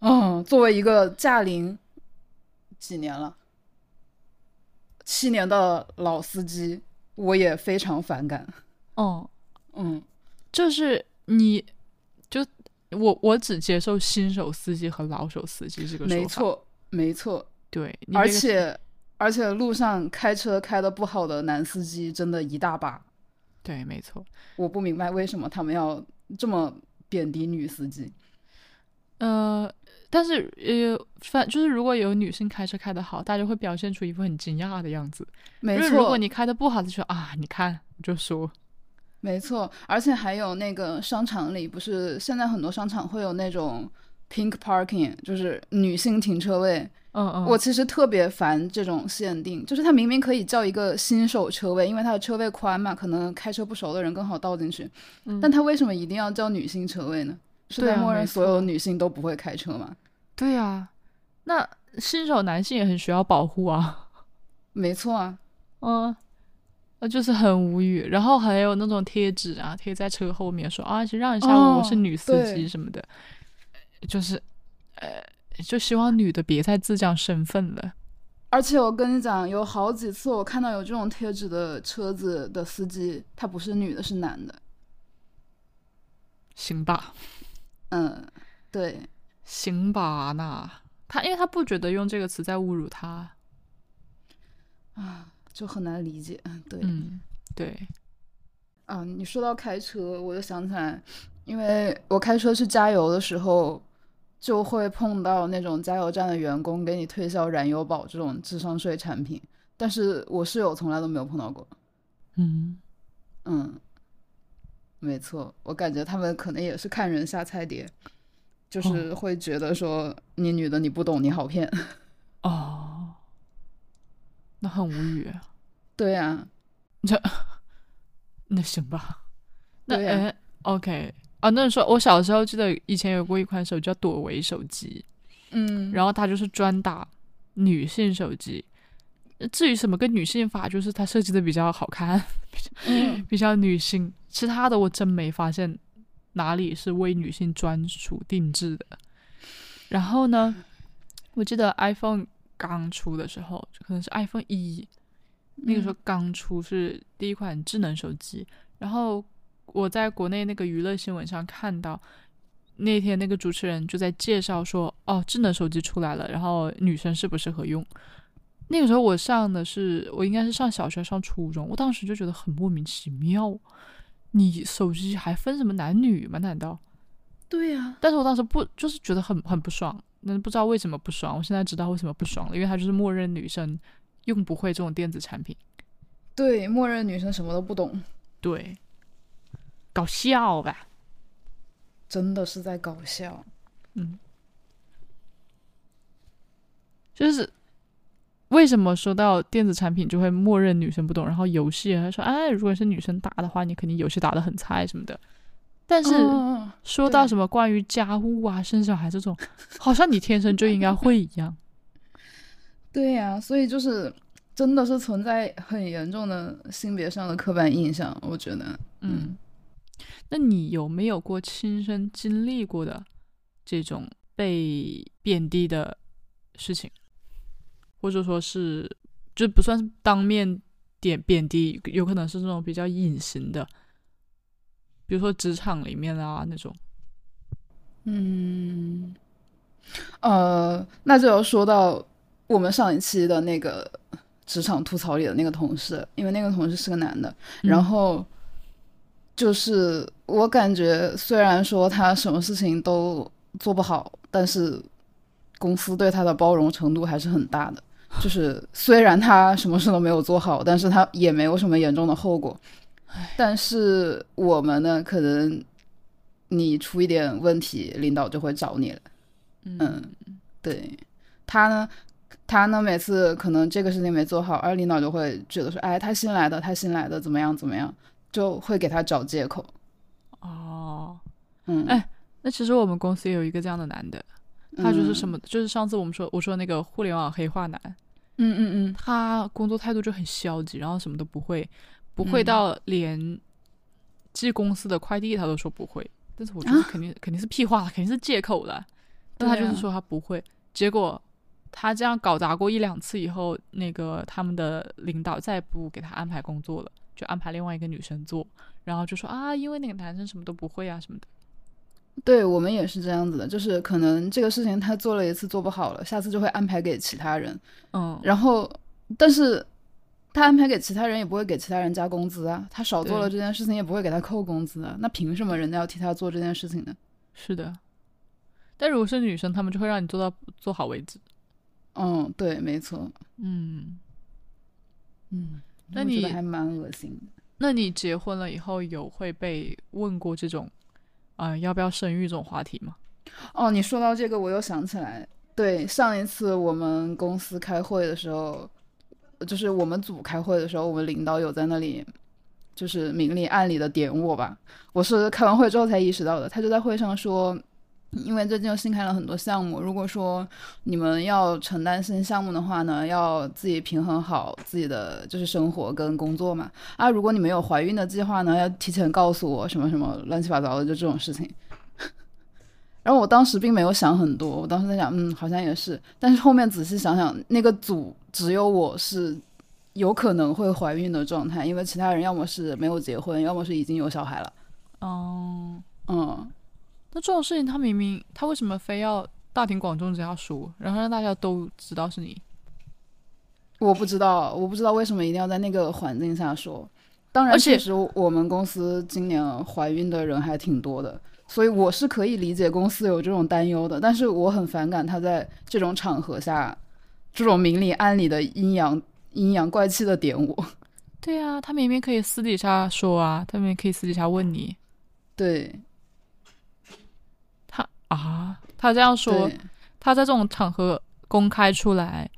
[SPEAKER 1] 嗯，作为一个驾龄几年了，七年的老司机，我也非常反感。
[SPEAKER 3] 哦，
[SPEAKER 1] 嗯，
[SPEAKER 3] 就是你就我我只接受新手司机和老手司机这个说法，
[SPEAKER 1] 没，错，没错，
[SPEAKER 3] 对，你
[SPEAKER 1] 而
[SPEAKER 3] 这个是
[SPEAKER 1] 且而且路上开车开的不好的男司机真的一大把，
[SPEAKER 3] 对，没错，
[SPEAKER 1] 我不明白为什么他们要这么贬低女司机。
[SPEAKER 3] 呃，但是呃，反就是如果有女性开车开得好，大家会表现出一副很惊讶的样子，
[SPEAKER 1] 没
[SPEAKER 3] 就是
[SPEAKER 1] 错，
[SPEAKER 3] 如果你开的不好，他就说啊，你看，我就说，
[SPEAKER 1] 没错，而且还有那个商场里，不是现在很多商场会有那种 pink parking，就是女性停车位。
[SPEAKER 3] 嗯嗯，
[SPEAKER 1] 我其实特别烦这种限定，就是它明明可以叫一个新手车位，因为它的车位宽嘛，可能开车不熟的人更好倒进去。
[SPEAKER 3] 嗯
[SPEAKER 1] 但它为什么一定要叫女性车位呢？是
[SPEAKER 3] 对
[SPEAKER 1] 在
[SPEAKER 3] 啊
[SPEAKER 1] 默
[SPEAKER 3] 没
[SPEAKER 1] 认
[SPEAKER 3] 错
[SPEAKER 1] 所有女性都不会开车吗？
[SPEAKER 3] 对啊，那新手男性也很需要保护啊。
[SPEAKER 1] 没错啊，
[SPEAKER 3] 嗯，呃，就是很无语。然后还有那种贴纸啊，贴在车后面说啊，请让一下我，我
[SPEAKER 1] 哦
[SPEAKER 3] 是女司
[SPEAKER 1] 对
[SPEAKER 3] 机什么的，就是呃，就希望女的别再自降身份了。
[SPEAKER 1] 而且我跟你讲，有好几次我看到有这种贴纸的车子的司机，他不是女的，是男的。
[SPEAKER 3] 行吧，
[SPEAKER 1] 嗯，对，
[SPEAKER 3] 行吧，那他因为他不觉得用这个词在侮辱他，嗯
[SPEAKER 1] 啊，就很难理解。对，
[SPEAKER 3] 嗯，对，
[SPEAKER 1] 嗯，你说到开车，我就想起来，因为我开车去加油的时候，就会碰到那种加油站的员工给你推销燃油宝这种智商税产品，但是我室友从来都没有碰到过。
[SPEAKER 3] 嗯，
[SPEAKER 1] 嗯，没错，我感觉他们可能也是看人下菜碟，就是会觉得说你女的你不懂，你好骗。 <laughs>
[SPEAKER 3] 哦，那很无语。
[SPEAKER 1] 对啊呀、
[SPEAKER 3] 那行吧，那
[SPEAKER 1] 对呀啊
[SPEAKER 3] 哎、OK 啊，那时候我小时候记得以前有过一款手机叫朵唯手机，
[SPEAKER 1] 嗯，
[SPEAKER 3] 然后它就是专打女性手机。呃至于什么跟女性法，就是它设计的比较好看， <laughs>
[SPEAKER 1] 嗯
[SPEAKER 3] 比较女性。其他的我真没发现哪里是为女性专属定制的。然后呢，我记得 iPhone 刚出的时候，就可能是 iPhone 一，那个时候刚出是第一款智能手机，然后我在国内那个娱乐新闻上看到，那天那个主持人就在介绍说，哦，智能手机出来了，然后女生适不适合用？那个时候我上的是我应该是上小学上初中，我当时就觉得很莫名其妙，你手机还分什么男女吗？难道？
[SPEAKER 1] 对啊呀、
[SPEAKER 3] 但是我当时不就是觉得很很不爽，那不知道为什么不爽，我现在知道为什么不爽了，因为它就是默认女生用不会这种电子产品。
[SPEAKER 1] 对，默认女生什么都不懂，
[SPEAKER 3] 对，搞笑吧？
[SPEAKER 1] 真的是在搞笑。
[SPEAKER 3] 就是为什么说到电子产品就会默认女生不懂，然后游戏还说，哎，如果是女生打的话，你肯定游戏打得很菜什么的。但是
[SPEAKER 1] 嗯
[SPEAKER 3] 说到
[SPEAKER 1] 对
[SPEAKER 3] 什么关于家务啊、生小孩这种，好像你天生就应该会一样。
[SPEAKER 1] 对呀、所以就是真的是存在很严重的性别上的刻板印象，我觉得。
[SPEAKER 3] 嗯，那你有没有过亲身经历过的这种被贬低的事情，或者说是就不算是当面点贬低，有可能是那种比较隐形的，比如说职场里面啊那种。
[SPEAKER 1] 嗯，呃，那就要说到我们上一期的那个职场吐槽里的那个同事，因为那个同事是个男的，然后就是我感觉虽然说他什么事情都做不好，但是公司对他的包容程度还是很大的。就是虽然他什么事都没有做好，但是他也没有什么严重的后果。但是我们呢，可能你出一点问题，领导就会找你了。嗯，对他呢，他呢每次可能这个事情没做好，而领导就会觉得说，哎，他新来的，他新来的怎么样怎么样，就会给他找借口。
[SPEAKER 3] 哦，
[SPEAKER 1] 嗯，
[SPEAKER 3] 哎那其实我们公司也有一个这样的男的，他就是什
[SPEAKER 1] 么，
[SPEAKER 3] 么，就是上次我们说我说那个互联网黑化男，
[SPEAKER 1] 嗯嗯
[SPEAKER 3] 他工作态度就很消极，然后什么都不会，不会
[SPEAKER 1] 嗯
[SPEAKER 3] 到连寄公司的快递他都说不会。但是我觉得肯定、肯定是屁话，肯定是借口了。但他
[SPEAKER 1] 对
[SPEAKER 3] 就是
[SPEAKER 1] 啊
[SPEAKER 3] 说他不会，结果他这样搞砸过一两次以后，那个他们的领导再也不给他安排工作了，就安排另外一个女生做，然后就说啊，因为那个男生什么都不会啊什么的。
[SPEAKER 1] 嗯，对我们也是这样子的，就是可能这个事情他做了一次做不好了，下次就会安排给其他人，
[SPEAKER 3] 嗯，
[SPEAKER 1] 然后但是。他安排给其他人也不会给其他人加工资啊，他少做
[SPEAKER 3] 对
[SPEAKER 1] 了这件事情也不会给他扣工资啊，那凭什么人家要替他做这件事情呢？
[SPEAKER 3] 是的。但如果是女生，他们就会让你做到做好为止。
[SPEAKER 1] 嗯，对，没错，
[SPEAKER 3] 嗯。
[SPEAKER 1] 嗯，
[SPEAKER 3] 那
[SPEAKER 1] 我觉得
[SPEAKER 3] 你
[SPEAKER 1] 还蛮恶心的。
[SPEAKER 3] 那你结婚了以后有会被问过这种，啊、要不要生育这种话题吗？
[SPEAKER 1] 哦，你说到这个，我又想起来，对，上一次我们公司开会的时候，就是我们组开会的时候，我们领导有在那里，就是明里暗里的点我吧。我是开完会之后才意识到的，他就在会上说。因为最近又新开了很多项目，如果说你们要承担新项目的话呢，要自己平衡好自己的就是生活跟工作嘛。啊，如果你们有怀孕的计划呢，要提前告诉我什么什么乱七八糟的，就这种事情。然后我当时并没有想很多，我当时在想，嗯，好像也是。但是后面仔细想想，那个组只有我是有可能会怀孕的状态，因为其他人要么是没有结婚，要么是已经有小孩了。
[SPEAKER 3] 嗯，
[SPEAKER 1] 嗯，
[SPEAKER 3] 那这种事情他明明他为什么非要大庭广众之下说，然后让大家都知道是你？
[SPEAKER 1] 我不知道，我不知道为什么一定要在那个环境下说。当然，
[SPEAKER 3] 而
[SPEAKER 1] 确
[SPEAKER 3] 且
[SPEAKER 1] 实我们公司今年怀孕的人还挺多的，所以我是可以理解公司有这种担忧的。但是我很反感他在这种场合下，这种明里暗里的阴阳阴阳怪气的点我。
[SPEAKER 3] 对啊，他明明可以私底下说啊，他明明可以私底下问你，
[SPEAKER 1] 对，
[SPEAKER 3] 他啊，他这样说
[SPEAKER 1] 对，
[SPEAKER 3] 他在这种场合公开出来，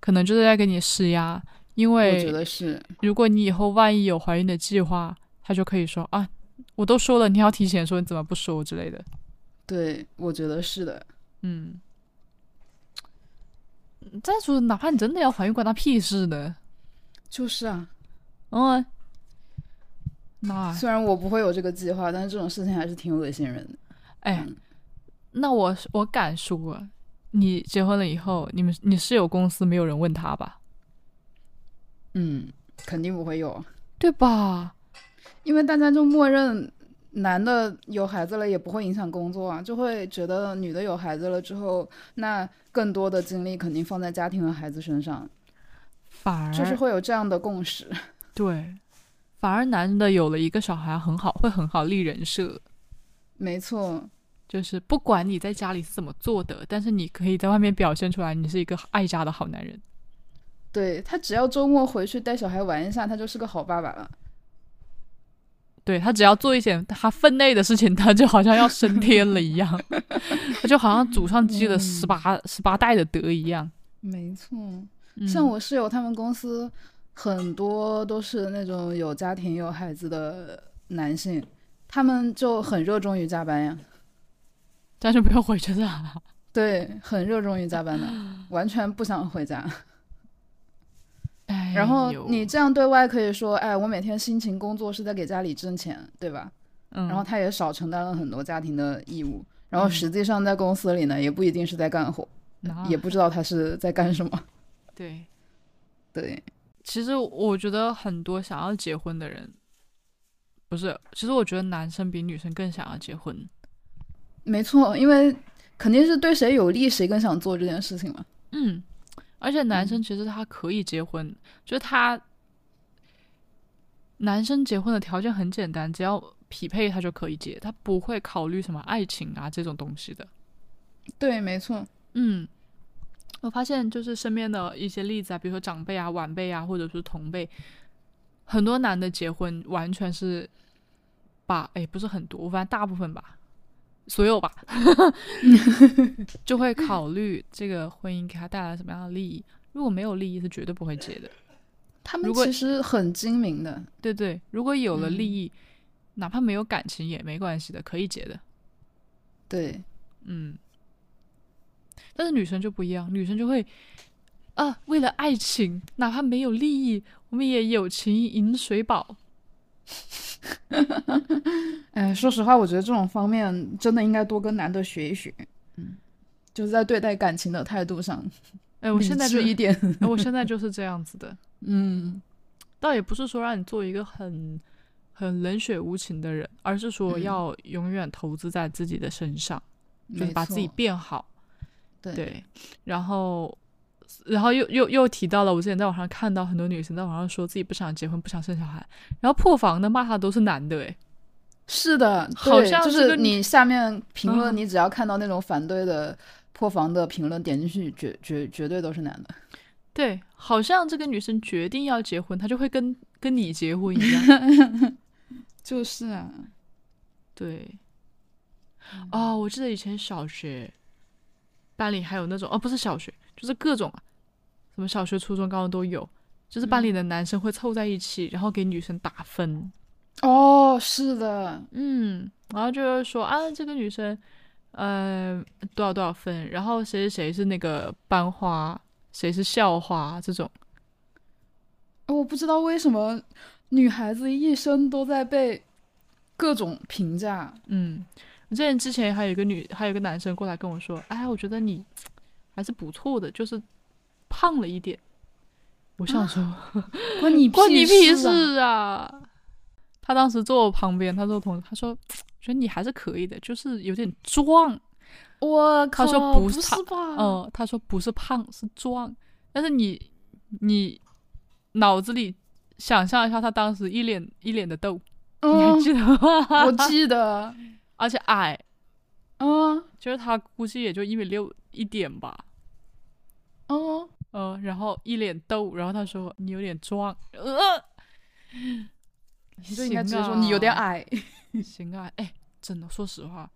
[SPEAKER 3] 可能就是在给你施压，因
[SPEAKER 1] 我觉
[SPEAKER 3] 为
[SPEAKER 1] 得是
[SPEAKER 3] 如果你以后万一有怀孕的计划，他就可以说啊，我都说了，你要提前说，你怎么不说之类的。
[SPEAKER 1] 对，我觉得是的。
[SPEAKER 3] 嗯，再说，哪怕你真的要怀孕，关他屁事呢。
[SPEAKER 1] 就是啊，
[SPEAKER 3] 嗯，那
[SPEAKER 1] 虽然我不会有这个计划，但是这种事情还是挺恶心人的。
[SPEAKER 3] 哎
[SPEAKER 1] 嗯，
[SPEAKER 3] 那我是我敢说，你结婚了以后，你们你室友公司没有人问他吧？
[SPEAKER 1] 嗯，肯定不会有，
[SPEAKER 3] 对吧？
[SPEAKER 1] 因为大家就默认男的有孩子了也不会影响工作啊，就会觉得女的有孩子了之后，那更多的精力肯定放在家庭和孩子身上，
[SPEAKER 3] 反而
[SPEAKER 1] 就是会有这样的共识。
[SPEAKER 3] 对，反而男的有了一个小孩很好，会很好立人设，
[SPEAKER 1] 没错，
[SPEAKER 3] 就是不管你在家里是怎么做的，但是你可以在外面表现出来，你是一个爱家的好男人。
[SPEAKER 1] 对他只要周末回去带小孩玩一下，他就是个好爸爸了。
[SPEAKER 3] 对他只要做一点他分内的事情，他就好像要升天了一样， <laughs> 他就好像祖上积了十
[SPEAKER 1] 嗯
[SPEAKER 3] 八十八代的德一样。
[SPEAKER 1] 没错，
[SPEAKER 3] 嗯
[SPEAKER 1] 像我室友他们公司很多都是那种有家庭有孩子的男性，他们就很热衷于加班呀，
[SPEAKER 3] 但是不要回去了。
[SPEAKER 1] 对，很热衷于加班的，完全不想回家。
[SPEAKER 3] 哎
[SPEAKER 1] 然后
[SPEAKER 3] 呦
[SPEAKER 1] 你这样对外可以说，哎，我每天辛勤工作是在给家里挣钱，对吧？
[SPEAKER 3] 嗯，
[SPEAKER 1] 然后他也少承担了很多家庭的义务。然后实际上在公司里呢，也不一定是在干活，
[SPEAKER 3] 那
[SPEAKER 1] 也不知道他是在干什么。
[SPEAKER 3] 对。
[SPEAKER 1] 对，
[SPEAKER 3] 其实我觉得很多想要结婚的人，不是，其实我觉得男生比女生更想要结婚。
[SPEAKER 1] 没错，因为肯定是对谁有利，谁更想做这件事情嘛。
[SPEAKER 3] 嗯，而且男生其实他可以结婚，就是他男生结婚的条件很简单，只要匹配他就可以结，他不会考虑什么爱情啊这种东西的。
[SPEAKER 1] 对，没错，
[SPEAKER 3] 嗯，我发现就是身边的一些例子啊，比如说长辈啊、晚辈啊，或者是同辈，很多男的结婚完全是把，哎，不是很多，我发现大部分吧，所有吧，就会考虑这个婚姻给他带来什么样的利益。如果没有利益，是绝对不会结的。
[SPEAKER 1] 他们
[SPEAKER 3] 如果
[SPEAKER 1] 其实很精明的。
[SPEAKER 3] 对对，如果有了
[SPEAKER 1] 嗯
[SPEAKER 3] 利益，哪怕没有感情也没关系的，可以结的。
[SPEAKER 1] 对，
[SPEAKER 3] 嗯，但是女生就不一样，女生就会啊，为了爱情，哪怕没有利益，我们也友情饮水饱。
[SPEAKER 1] 哎，说实话，我觉得这种方面真的应该多跟男的学一学。嗯，就是在对待感情的态度上，
[SPEAKER 3] 哎，我
[SPEAKER 1] 理
[SPEAKER 3] 现在就
[SPEAKER 1] 智，一 <laughs> 点。
[SPEAKER 3] 哎我现在就是这样子的， <laughs>
[SPEAKER 1] 嗯，
[SPEAKER 3] 倒也不是说让你做一个很很冷血无情的人，而是说
[SPEAKER 1] 嗯
[SPEAKER 3] 要永远投资在自己的身上，就是
[SPEAKER 1] 没
[SPEAKER 3] 把自己
[SPEAKER 1] 错
[SPEAKER 3] 变好。
[SPEAKER 1] 对
[SPEAKER 3] 对，然后，然后又又又提到了，我之前在网上看到很多女生在网上说自己不想结婚，不想生小孩，然后破防的骂她都是男的，哎，
[SPEAKER 1] 是的，
[SPEAKER 3] 好
[SPEAKER 1] 对
[SPEAKER 3] 像
[SPEAKER 1] 就是是
[SPEAKER 3] 跟
[SPEAKER 1] 你下面评论，
[SPEAKER 3] 嗯
[SPEAKER 1] 你只要看到那种反对的破防的评论，点进去绝绝绝对都是男的。
[SPEAKER 3] 对，好像这个女生决定要结婚，她就会跟跟你结婚一样。
[SPEAKER 1] 就是啊，
[SPEAKER 3] 对，哦，我记得以前小学班里还有那种，哦，不是小学，就是各种啊，什么小学、初中、高中都有，就是班里的男生会凑在一起，然后给女生打分。
[SPEAKER 1] 哦，是的，
[SPEAKER 3] 嗯，然后就是说啊，这个女生，呃，多少多少分，然后谁谁谁是那个班花，谁是校花这种。
[SPEAKER 1] 哦我不知道为什么女孩子一生都在被各种评价。
[SPEAKER 3] 嗯，我之前之前还有一个女，还有一个男生过来跟我说，哎，我觉得你还是不错的，就是胖了一点。我想说， <laughs>
[SPEAKER 1] 关你
[SPEAKER 3] 关你屁
[SPEAKER 1] 事啊！
[SPEAKER 3] 事啊！他当时坐我旁边，他坐同，他说，觉得你还是可以的，就是有点壮。
[SPEAKER 1] 我靠，
[SPEAKER 3] 他说不
[SPEAKER 1] 不
[SPEAKER 3] 是他
[SPEAKER 1] 吧？
[SPEAKER 3] 嗯、他说不是胖，是壮，但是你你脑子里想象一下他当时一脸一脸的痘，你还
[SPEAKER 1] 嗯，
[SPEAKER 3] 记得吗？ <laughs>
[SPEAKER 1] 我记得，
[SPEAKER 3] 而且矮，
[SPEAKER 1] 嗯
[SPEAKER 3] 就是他估计也就一米六一点吧，
[SPEAKER 1] 嗯，
[SPEAKER 3] 嗯、然后一脸痘，然后他说你有点壮，
[SPEAKER 1] <laughs>
[SPEAKER 3] 呃，
[SPEAKER 1] 你就应该直接说
[SPEAKER 3] 行啊
[SPEAKER 1] 你有点，矮， <laughs>
[SPEAKER 3] <laughs> 行啊，哎，真的，说实话，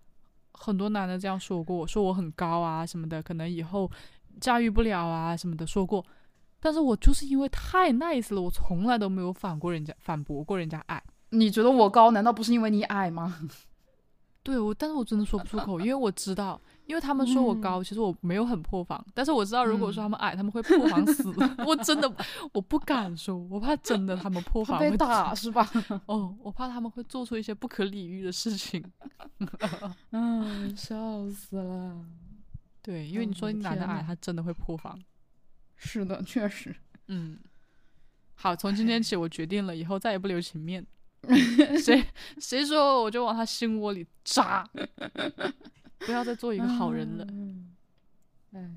[SPEAKER 3] 很多男的这样说过，说我很高啊什么的，可能以后驾驭不了啊什么的说过，但是我就是因为太 nice 了，我从来都没有反过人家反驳过人家矮。
[SPEAKER 1] 你觉得我高，难道不是因为你矮吗？
[SPEAKER 3] 对我，但是我真的说不出口，因为我知道，因为他们说我高，
[SPEAKER 1] 嗯
[SPEAKER 3] 其实我没有很破防，但是我知道如果说他们矮，他们会破防死。 <laughs> 我真的我不敢说，我怕真的他们破
[SPEAKER 1] 怕
[SPEAKER 3] 防
[SPEAKER 1] 被
[SPEAKER 3] 会
[SPEAKER 1] 打是吧？
[SPEAKER 3] 哦，我怕他们会做出一些不可理喻的事情。 <laughs>
[SPEAKER 1] 嗯，笑死了。
[SPEAKER 3] 对，因为
[SPEAKER 1] 嗯
[SPEAKER 3] 你
[SPEAKER 1] 我
[SPEAKER 3] 说
[SPEAKER 1] 的
[SPEAKER 3] 你男的
[SPEAKER 1] 天
[SPEAKER 3] 矮，
[SPEAKER 1] 呐
[SPEAKER 3] 他真的会破防。
[SPEAKER 1] 是的，确实。
[SPEAKER 3] 嗯，好，从今天起我决定了，以后再也不留
[SPEAKER 1] <laughs>
[SPEAKER 3] 情面，谁谁说我就往他心窝里扎， <laughs> 不要再做一个好人了。
[SPEAKER 1] 嗯。哎，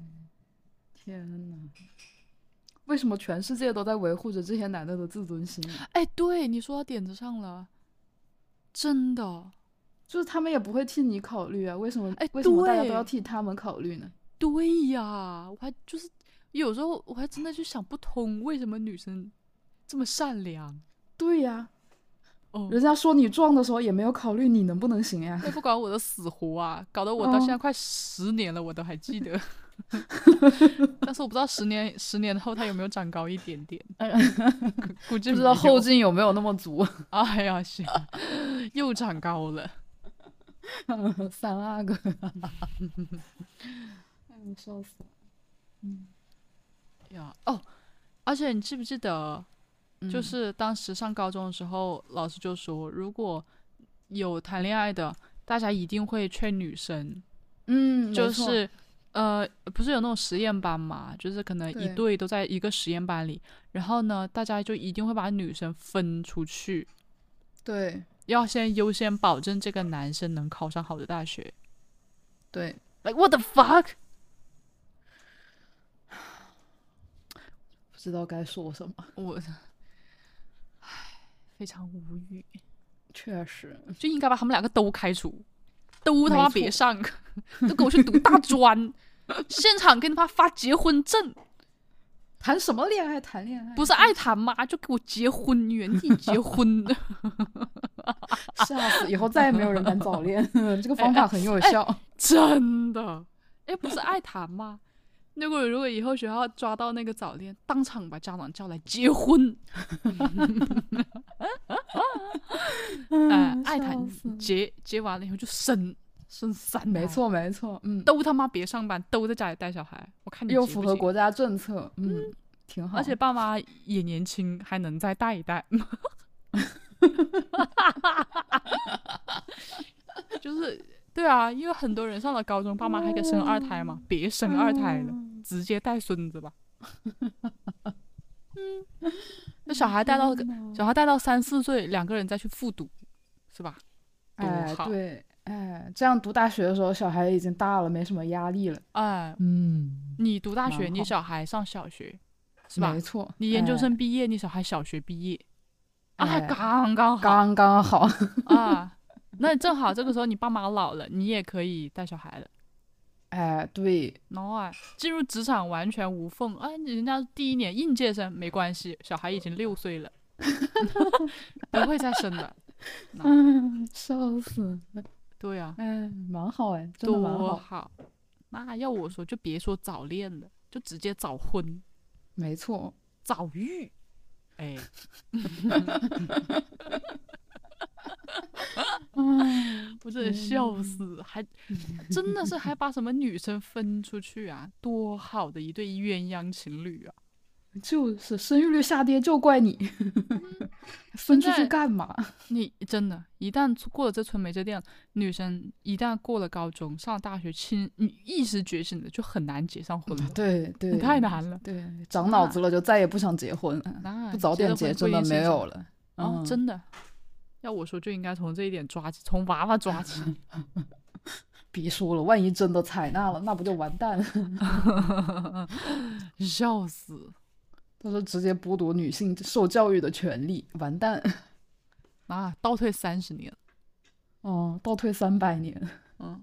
[SPEAKER 1] 天哪！为什么全世界都在维护着这些男的的自尊心啊？
[SPEAKER 3] 哎，对，你说到点子上了，真的，
[SPEAKER 1] 就是他们也不会替你考虑啊？为什么？
[SPEAKER 3] 哎
[SPEAKER 1] 为什么大家都
[SPEAKER 3] 对
[SPEAKER 1] 要替他们考虑呢？
[SPEAKER 3] 对呀，我还就是有时候我还真的就想不通，为什么女生这么善良
[SPEAKER 1] 对呀、
[SPEAKER 3] 哦。
[SPEAKER 1] 人家说你壮的时候也没有考虑你能不能行呀。
[SPEAKER 3] 也不管我的死活啊，搞得我到现在
[SPEAKER 1] 哦
[SPEAKER 3] 快十年了，我都还记 <laughs> 得。但是我不知道十年十年后他有没有长高一点点，估估
[SPEAKER 1] <laughs>
[SPEAKER 3] 计
[SPEAKER 1] 不知道
[SPEAKER 3] 没有
[SPEAKER 1] 后。劲嗯有没有那么 <laughs> 足。
[SPEAKER 3] 哎呀，行，又长高了。
[SPEAKER 1] 三阿哥， <laughs> 哎呦，笑死了。
[SPEAKER 3] 呀，哦，而且你记不记得，就
[SPEAKER 1] 嗯
[SPEAKER 3] 是当时上高中的时候，老师就说，如果有谈恋爱的，大家一定会劝女生，
[SPEAKER 1] 嗯，
[SPEAKER 3] 就
[SPEAKER 1] 没错
[SPEAKER 3] 是呃，不是有那种实验班嘛，就是可能一
[SPEAKER 1] 对
[SPEAKER 3] 对都在一个实验班里，然后呢，大家就一定会把女生分出去，
[SPEAKER 1] 对
[SPEAKER 3] 要先优先保证这个男生能考上好的大学。
[SPEAKER 1] 对，
[SPEAKER 3] Like what the fuck？
[SPEAKER 1] 不知道该说什么，
[SPEAKER 3] 我，唉，非常无语，
[SPEAKER 1] 确实，
[SPEAKER 3] 就应该把他们两个都开除，都他
[SPEAKER 1] 没
[SPEAKER 3] 妈
[SPEAKER 1] 错
[SPEAKER 3] 别上，都给我去读大
[SPEAKER 1] <laughs>
[SPEAKER 3] 专，现场给你妈发结婚证。
[SPEAKER 1] 谈什么恋爱？谈恋爱
[SPEAKER 3] 不是爱谈吗？就给我结婚，原地结婚。 <laughs>
[SPEAKER 1] 吓死！以后再也没有人敢早
[SPEAKER 3] <laughs>
[SPEAKER 1] 恋，这个方法很
[SPEAKER 3] 哎
[SPEAKER 1] 有效。
[SPEAKER 3] 真的，哎，不是爱谈吗？如果如果以后学校抓到那个早恋，当场把家长叫来结婚。
[SPEAKER 1] 嗯
[SPEAKER 3] 哎，爱谈结结完了以后就生生三胎，
[SPEAKER 1] 没，错没错，嗯，
[SPEAKER 3] 都他妈别上班，都在家里带小孩，我看你
[SPEAKER 1] 又
[SPEAKER 3] 结
[SPEAKER 1] 符
[SPEAKER 3] 不
[SPEAKER 1] 合
[SPEAKER 3] 结，
[SPEAKER 1] 国家政策，嗯，挺好。
[SPEAKER 3] 而且爸妈也年轻，还能再带一带。 <laughs> 就是对啊，因为很多人上了高中，爸妈还给生二胎嘛，别生二胎了。
[SPEAKER 1] 嗯
[SPEAKER 3] 直接带孙 <laughs> 子吧。嗯，那小孩带到个小孩带到三四岁，两个人再去复读，是吧？多
[SPEAKER 1] 哎，
[SPEAKER 3] 好！
[SPEAKER 1] 对，哎，这样读大学的时候，小孩已经大了，没什么压力了。
[SPEAKER 3] 哎，
[SPEAKER 1] 嗯，
[SPEAKER 3] 你读大学，
[SPEAKER 1] 蛮好
[SPEAKER 3] 你小孩上小学，是吧
[SPEAKER 1] 没？错，
[SPEAKER 3] 你研究
[SPEAKER 1] 哎
[SPEAKER 3] 生毕业，你小孩小学毕业，啊，
[SPEAKER 1] 哎
[SPEAKER 3] 刚刚好
[SPEAKER 1] 刚刚好。
[SPEAKER 3] <laughs> 啊。那正好这个时候你爸妈老了，你也可以带小孩了。
[SPEAKER 1] 哎，对，
[SPEAKER 3] 然后啊，进入职场完全无缝啊，人家第一年应届生没关系，小孩已经六岁了， <laughs> 不会再生了。
[SPEAKER 1] 嗯，笑死，
[SPEAKER 3] 对呀、啊，
[SPEAKER 1] 哎，蛮好哎， <laughs> 真的蛮
[SPEAKER 3] 多
[SPEAKER 1] 好，
[SPEAKER 3] 好。那要我说，就别说早恋了，就直接早婚、
[SPEAKER 1] 没错。
[SPEAKER 3] 早育。哎，
[SPEAKER 1] 嗯，
[SPEAKER 3] 我真的笑死，
[SPEAKER 1] <laughs>
[SPEAKER 3] 还真的是还把什么女生分出去啊，多好的一对鸳鸯情侣啊！
[SPEAKER 1] 就是生育率下跌就怪 <laughs> 你，分出
[SPEAKER 3] 现在
[SPEAKER 1] 去干嘛？
[SPEAKER 3] 你真的，一旦过了这村没这店，女生一旦过了高中，上大学亲，你一时觉醒的就很难结上婚了，
[SPEAKER 1] 对 <laughs> 对，
[SPEAKER 3] 太难了。
[SPEAKER 1] 对，长脑子了就再也不想结婚，
[SPEAKER 3] 那
[SPEAKER 1] 不早点哎结真的没有
[SPEAKER 3] 了。
[SPEAKER 1] 了。
[SPEAKER 3] 哦，
[SPEAKER 1] 嗯，
[SPEAKER 3] 真的，要我说就应该从这一点抓起，从娃娃抓起。 <laughs>
[SPEAKER 1] 别说了，万一真的 <laughs> 采纳了，那不就完蛋了？
[SPEAKER 3] 笑死！
[SPEAKER 1] 他说直接剥夺女性受教育的权利，完蛋。
[SPEAKER 3] 啊，倒退三十年，
[SPEAKER 1] 哦，倒退三百年。
[SPEAKER 3] 嗯，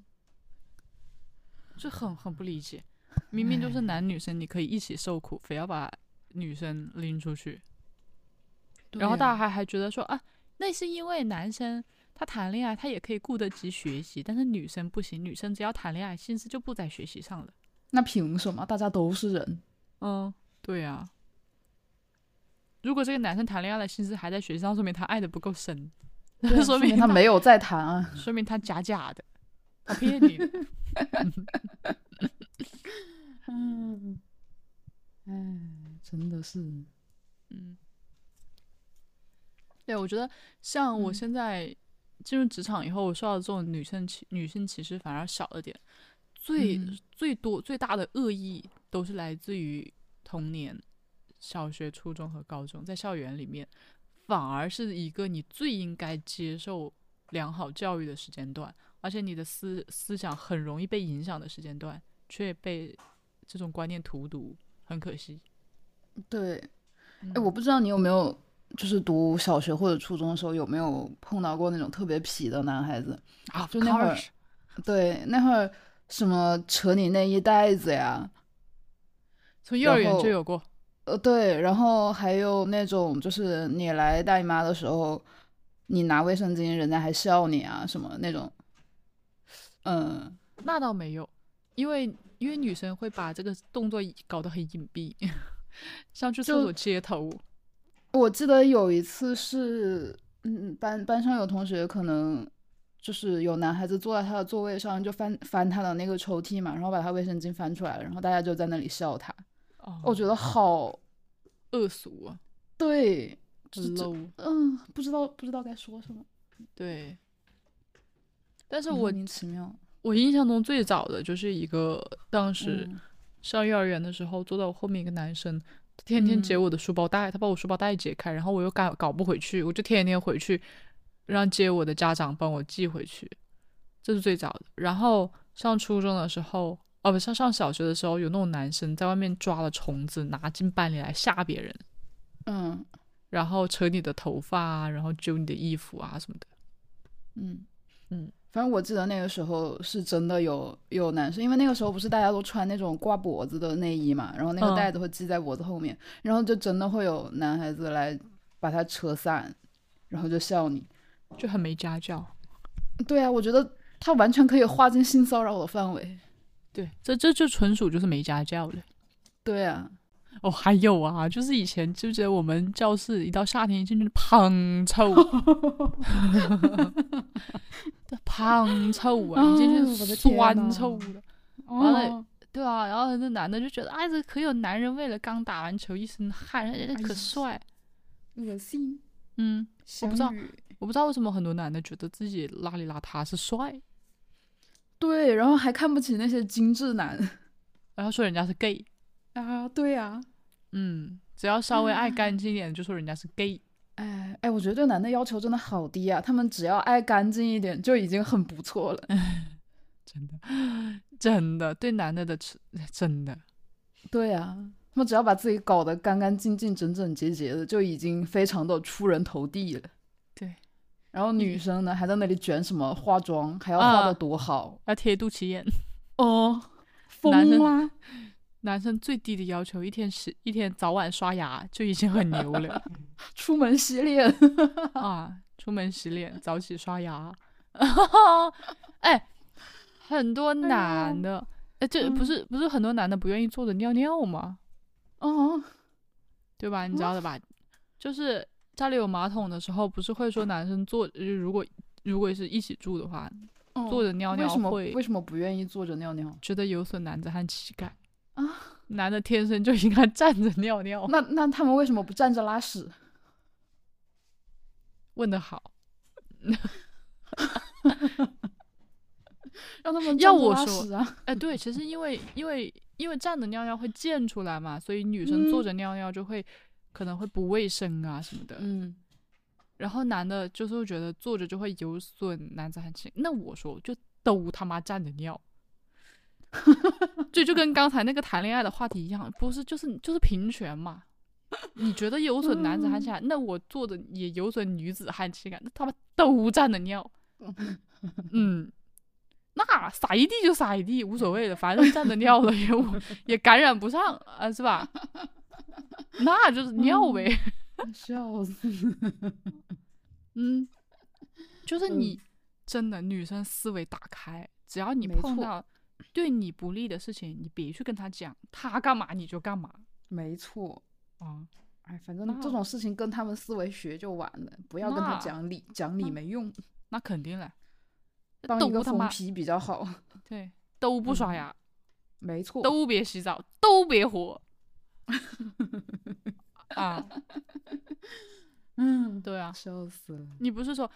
[SPEAKER 3] 这很很不理解，明明就是男女生你可以一起受苦，非要把女生拎出去，然后
[SPEAKER 1] 对
[SPEAKER 3] 大
[SPEAKER 1] 啊
[SPEAKER 3] 家还还觉得说啊，那是因为男生他谈恋爱他也可以顾得及学习，但是女生不行，女生只要谈恋爱心思就不在学习上了。
[SPEAKER 1] 那凭什么？大家都是人。
[SPEAKER 3] 嗯，对呀、如果这个男生谈恋爱的心思还在学习上，说明他爱的不够深，
[SPEAKER 1] <laughs> 对啊
[SPEAKER 3] <laughs> 说
[SPEAKER 1] 明
[SPEAKER 3] 明
[SPEAKER 1] 他没有在谈啊。
[SPEAKER 3] 说明他假假
[SPEAKER 1] <laughs>
[SPEAKER 3] 的，他骗你的。
[SPEAKER 1] 嗯，哎，真的是，
[SPEAKER 3] 嗯，对，我觉得像我
[SPEAKER 1] 嗯
[SPEAKER 3] 现在进入职场以后，我受到这种女生歧女性歧视反而少了点，最、
[SPEAKER 1] 嗯
[SPEAKER 3] 最多最大的恶意都是来自于童年、小学、初中和高中，在校园里面，反而是一个你最应该接受良好教育的时间段，而且你的思思想很容易被影响的时间段，却被这种观念荼毒，很可惜。
[SPEAKER 1] 对，哎，
[SPEAKER 3] 嗯
[SPEAKER 1] 我不知道你有没有，就是读小学或者初中的时候有没有碰到过那种特别痞的男孩子？
[SPEAKER 3] 啊，
[SPEAKER 1] 就那会儿
[SPEAKER 3] course
[SPEAKER 1] 对，那会儿什么扯你内衣带子呀，
[SPEAKER 3] 从幼儿
[SPEAKER 1] 然
[SPEAKER 3] 园
[SPEAKER 1] 后
[SPEAKER 3] 就有过，
[SPEAKER 1] 呃，对，然后还有那种就是你来大姨妈的时候，你拿卫生巾，人家还笑你啊什么那种，嗯，
[SPEAKER 3] 那倒没有，因为因为女生会把这个动作搞得很隐蔽， <laughs> 像去厕
[SPEAKER 1] 就
[SPEAKER 3] 所接头，
[SPEAKER 1] 我记得有一次是，嗯，班班上有同学可能就是有男孩子坐在他的座位上，就翻翻他的那个抽屉嘛，然后把他卫生巾翻出来了，然后大家就在那里笑他，
[SPEAKER 3] 哦，
[SPEAKER 1] 我觉得好，
[SPEAKER 3] 恶俗啊，
[SPEAKER 1] 对，
[SPEAKER 3] 很
[SPEAKER 1] 这
[SPEAKER 3] low，
[SPEAKER 1] 嗯，不知道不知道该说什么，
[SPEAKER 3] 对。但是
[SPEAKER 1] 莫
[SPEAKER 3] 我、
[SPEAKER 1] 名其妙，
[SPEAKER 3] 我印象中最早的就是一个当时
[SPEAKER 1] 嗯
[SPEAKER 3] 上幼儿园的时候坐在我后面一个男生，他天天解
[SPEAKER 1] 嗯
[SPEAKER 3] 我的书包带，他把我书包带解开，然后我又搞搞不回去，我就天天回去让接我的家长帮我寄回去，这是最早的。然后上初中的时候，哦不，上上小学的时候，有那种男生在外面抓了虫子拿进班里来吓别人，
[SPEAKER 1] 嗯
[SPEAKER 3] 然后扯你的头发啊，然后揪你的衣服啊什么的。
[SPEAKER 1] 嗯
[SPEAKER 3] 嗯，
[SPEAKER 1] 反正我记得那个时候是真的有有男生，因为那个时候不是大家都穿那种挂脖子的内衣嘛，然后那个
[SPEAKER 3] 嗯
[SPEAKER 1] 带子会系在脖子后面，然后就真的会有男孩子来把它扯散，然后就笑你。
[SPEAKER 3] 就很没家教，
[SPEAKER 1] 对啊，我觉得他完全可以划进性骚扰的范围。
[SPEAKER 3] 对，这这就纯属就是没家教的。
[SPEAKER 1] 对啊，
[SPEAKER 3] 哦，还有啊，就是以前就觉得我们教室一到夏天一进去，胖臭， <laughs> 胖臭啊，
[SPEAKER 1] 哎
[SPEAKER 3] 一
[SPEAKER 1] 呦
[SPEAKER 3] 进
[SPEAKER 1] 我
[SPEAKER 3] 去
[SPEAKER 1] 的天
[SPEAKER 3] 酸
[SPEAKER 1] 呐
[SPEAKER 3] 臭的，
[SPEAKER 1] 完
[SPEAKER 3] 哦对啊，然后那男的就觉得，哎，这可有男人为了刚打完球一身汗，人家可
[SPEAKER 1] 哎
[SPEAKER 3] 帅，
[SPEAKER 1] 恶心！
[SPEAKER 3] 嗯，我不知道
[SPEAKER 1] 相遇，
[SPEAKER 3] 我不知道为什么很多男的觉得自己邋里邋遢是帅，
[SPEAKER 1] 对，然后还看不起那些精致男
[SPEAKER 3] 然后说人家是 gay，
[SPEAKER 1] 啊。对啊，
[SPEAKER 3] 嗯，只要稍微爱干净一点就说人家是 gay，
[SPEAKER 1] 哎哎，我觉得对男的要求真的好低啊，他们只要爱干净一点就已经很不错了。 <laughs>
[SPEAKER 3] 真的，真的对男的的吃真的。
[SPEAKER 1] 对呀、
[SPEAKER 3] 啊
[SPEAKER 1] 他们只要把自己搞得干干净净、整整洁洁的，就已经非常的出人头地了。
[SPEAKER 3] 对，
[SPEAKER 1] 然后女生呢，还在那里卷什么化妆，还要化
[SPEAKER 3] 啊
[SPEAKER 1] 的多好、
[SPEAKER 3] 要贴肚脐眼。
[SPEAKER 1] 哦，
[SPEAKER 3] 男
[SPEAKER 1] 疯
[SPEAKER 3] 生
[SPEAKER 1] 啦！
[SPEAKER 3] 男生最低的要求，一天洗一天早晚刷牙就已经很
[SPEAKER 1] <laughs>
[SPEAKER 3] 牛了
[SPEAKER 1] 出门洗脸， <laughs>
[SPEAKER 3] 啊！出门洗脸，早起刷牙， <laughs> 哎，很多男的，哎，这
[SPEAKER 1] 嗯
[SPEAKER 3] 不是不是很多男的不愿意坐着尿尿吗？
[SPEAKER 1] 哦，
[SPEAKER 3] 对吧？你知道的吧？就是家里有马桶的时候，不是会说男生坐，就是如果如果是一起住的话，
[SPEAKER 1] 哦
[SPEAKER 3] 坐着尿尿
[SPEAKER 1] 为什么
[SPEAKER 3] 会
[SPEAKER 1] 为什么不愿意坐着尿尿？
[SPEAKER 3] 觉得有损男子汉气概
[SPEAKER 1] 啊。
[SPEAKER 3] 男的天生就应该 <laughs> 站着尿尿。
[SPEAKER 1] 那那他们为什么不站着拉屎？
[SPEAKER 3] 问的好。
[SPEAKER 1] 让他们
[SPEAKER 3] 要
[SPEAKER 1] 站着
[SPEAKER 3] 我
[SPEAKER 1] 拉
[SPEAKER 3] 说
[SPEAKER 1] 屎啊！
[SPEAKER 3] 哎，对，其实因为因为因为站着尿尿会溅出来嘛，所以女生坐
[SPEAKER 1] 嗯
[SPEAKER 3] 着尿尿就会、可能会不卫生啊什么的。
[SPEAKER 1] 嗯，
[SPEAKER 3] 然后男的就是会觉得坐着就会有损男子汉气。那我说就都他妈站着尿，这就跟刚才那个谈恋爱的话题一样，不是就是就是平权嘛，你觉得有损男子汉气概，那我做的也有损女子汉气概，那他妈都占了尿。嗯，那撒一地就撒一地，无所谓的，反正占着尿了也我 <laughs> 也感染不上啊，是吧？那就是尿呗。
[SPEAKER 1] <laughs> 笑死！
[SPEAKER 3] <laughs> 嗯，就是
[SPEAKER 1] 嗯
[SPEAKER 3] 你、真的女生思维打开，只要你
[SPEAKER 1] 没
[SPEAKER 3] 碰
[SPEAKER 1] 错
[SPEAKER 3] 到对你不利的事情，你别去跟他讲，他干嘛你就干嘛
[SPEAKER 1] 没错，
[SPEAKER 3] 啊。
[SPEAKER 1] 哎，反正
[SPEAKER 3] 那
[SPEAKER 1] 这种事情跟他们思维学就完了，不要跟他
[SPEAKER 3] 那
[SPEAKER 1] 讲理，讲理
[SPEAKER 3] 那
[SPEAKER 1] 没用，
[SPEAKER 3] 那肯定了，
[SPEAKER 1] 当一
[SPEAKER 3] 都
[SPEAKER 1] 个
[SPEAKER 3] 他
[SPEAKER 1] 疯
[SPEAKER 3] 妈
[SPEAKER 1] 批比较好。 <laughs>
[SPEAKER 3] 对，都不刷牙，
[SPEAKER 1] 没错，
[SPEAKER 3] 都别洗澡，都
[SPEAKER 1] <laughs>
[SPEAKER 3] 别活。啊， <laughs>
[SPEAKER 1] 嗯，
[SPEAKER 3] 对啊，
[SPEAKER 1] 笑死了。
[SPEAKER 3] 你不是说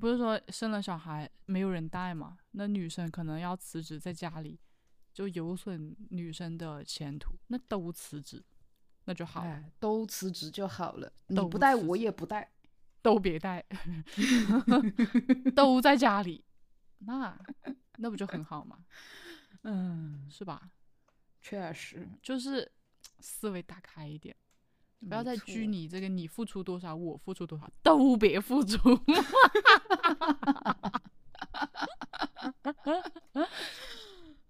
[SPEAKER 3] 不是说生了小孩没有人带嘛？那女生可能要辞职在家里，就有损女生的前途，那都辞职，那就好了。
[SPEAKER 1] 哎，都辞职就好了，你
[SPEAKER 3] 都
[SPEAKER 1] 不带
[SPEAKER 3] 辞
[SPEAKER 1] 我
[SPEAKER 3] 职
[SPEAKER 1] 也不带。
[SPEAKER 3] 都
[SPEAKER 1] <laughs>
[SPEAKER 3] 别带，都在家里，那那不就很好吗？
[SPEAKER 1] 嗯，
[SPEAKER 3] 是吧？
[SPEAKER 1] 确实，
[SPEAKER 3] 嗯就是思维打开一点，不要
[SPEAKER 1] 没
[SPEAKER 3] 再
[SPEAKER 1] 错
[SPEAKER 3] 拘。泥这个你付出多少，我付出多少，都别付出。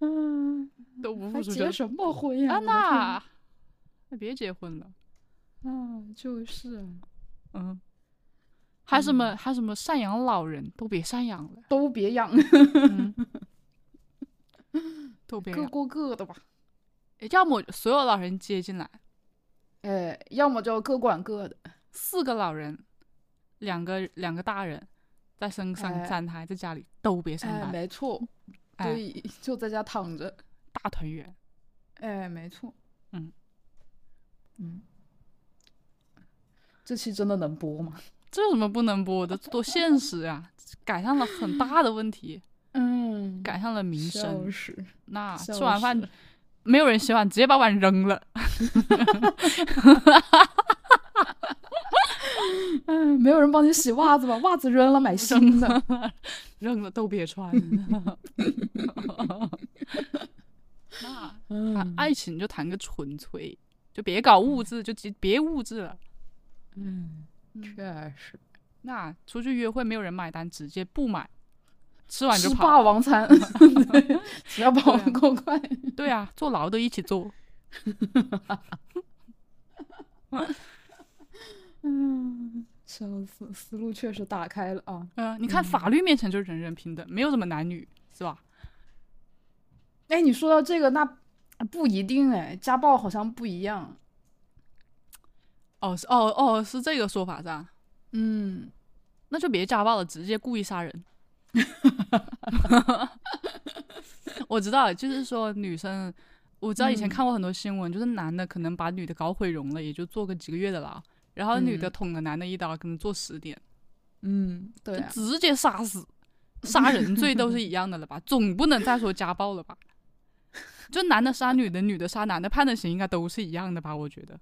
[SPEAKER 1] 嗯，
[SPEAKER 3] 都不
[SPEAKER 1] 还
[SPEAKER 3] 付出就
[SPEAKER 1] 结什么婚呀？
[SPEAKER 3] 啊
[SPEAKER 1] 我的天
[SPEAKER 3] 那那别结婚了，
[SPEAKER 1] 啊，就是
[SPEAKER 3] 嗯。还什
[SPEAKER 1] 嗯
[SPEAKER 3] 么还什么赡养老人都别赡养了，
[SPEAKER 1] 都别养，
[SPEAKER 3] 嗯都别
[SPEAKER 1] 各
[SPEAKER 3] 养，
[SPEAKER 1] 过各的吧。
[SPEAKER 3] 要么所有老人接进来，
[SPEAKER 1] 哎，要么就各管各的。
[SPEAKER 3] 四个老人，两个两个大人，再生三
[SPEAKER 1] 哎
[SPEAKER 3] 三胎，在家里都别上
[SPEAKER 1] 哎，
[SPEAKER 3] 班，
[SPEAKER 1] 没错，
[SPEAKER 3] 哎
[SPEAKER 1] 对， <laughs> 就在家躺着。
[SPEAKER 3] 大团圆。
[SPEAKER 1] 哎，没错。
[SPEAKER 3] 嗯
[SPEAKER 1] 嗯，这期真的能播吗？
[SPEAKER 3] 这有什么不能播的？这多现实啊！改善了很大的问题，
[SPEAKER 1] 嗯，
[SPEAKER 3] 改善了民生
[SPEAKER 1] 笑。死。
[SPEAKER 3] 那
[SPEAKER 1] 笑
[SPEAKER 3] 吃完饭
[SPEAKER 1] 死
[SPEAKER 3] 没有人洗碗，直接把碗扔了。 <laughs>
[SPEAKER 1] 嗯，没有人帮你洗袜 <laughs> 子吧？袜子扔了，买新的。
[SPEAKER 3] 扔了都别穿。那谈
[SPEAKER 1] 嗯，
[SPEAKER 3] 爱情就谈个纯粹，就别搞物质，就别别物质了。
[SPEAKER 1] 嗯，确实。
[SPEAKER 3] 那出去约会没有人买单，直接不买，吃完就
[SPEAKER 1] 吃
[SPEAKER 3] 跑。
[SPEAKER 1] 霸王 <laughs> 餐，对只要霸王够快。
[SPEAKER 3] 对啊，坐牢都一起坐。
[SPEAKER 1] 嗯，笑死，思路确实打开了啊！
[SPEAKER 3] 嗯、你看法律面前就是人人平等，没有什么男女，是吧？
[SPEAKER 1] 哎，你说到这个，那不一定哎，家暴好像不一样。
[SPEAKER 3] 哦，是哦哦，是这个说法是吧？
[SPEAKER 1] 嗯，
[SPEAKER 3] 那就别家暴了，直接故意杀人。 <laughs> 我知道，就是说女生，我知道以
[SPEAKER 1] 嗯
[SPEAKER 3] 前看过很多新闻，就是男的可能把女的搞毁容了，也就坐个几个月的牢，然后女的
[SPEAKER 1] 嗯
[SPEAKER 3] 捅了男的一刀，可能坐十年，
[SPEAKER 1] 嗯，对
[SPEAKER 3] 就
[SPEAKER 1] 啊，
[SPEAKER 3] 直接杀死。杀人罪都是一样的了吧？总不能再说家暴了吧？就男的杀女的，女的杀男的，判的刑应该都是一样的吧？我觉得。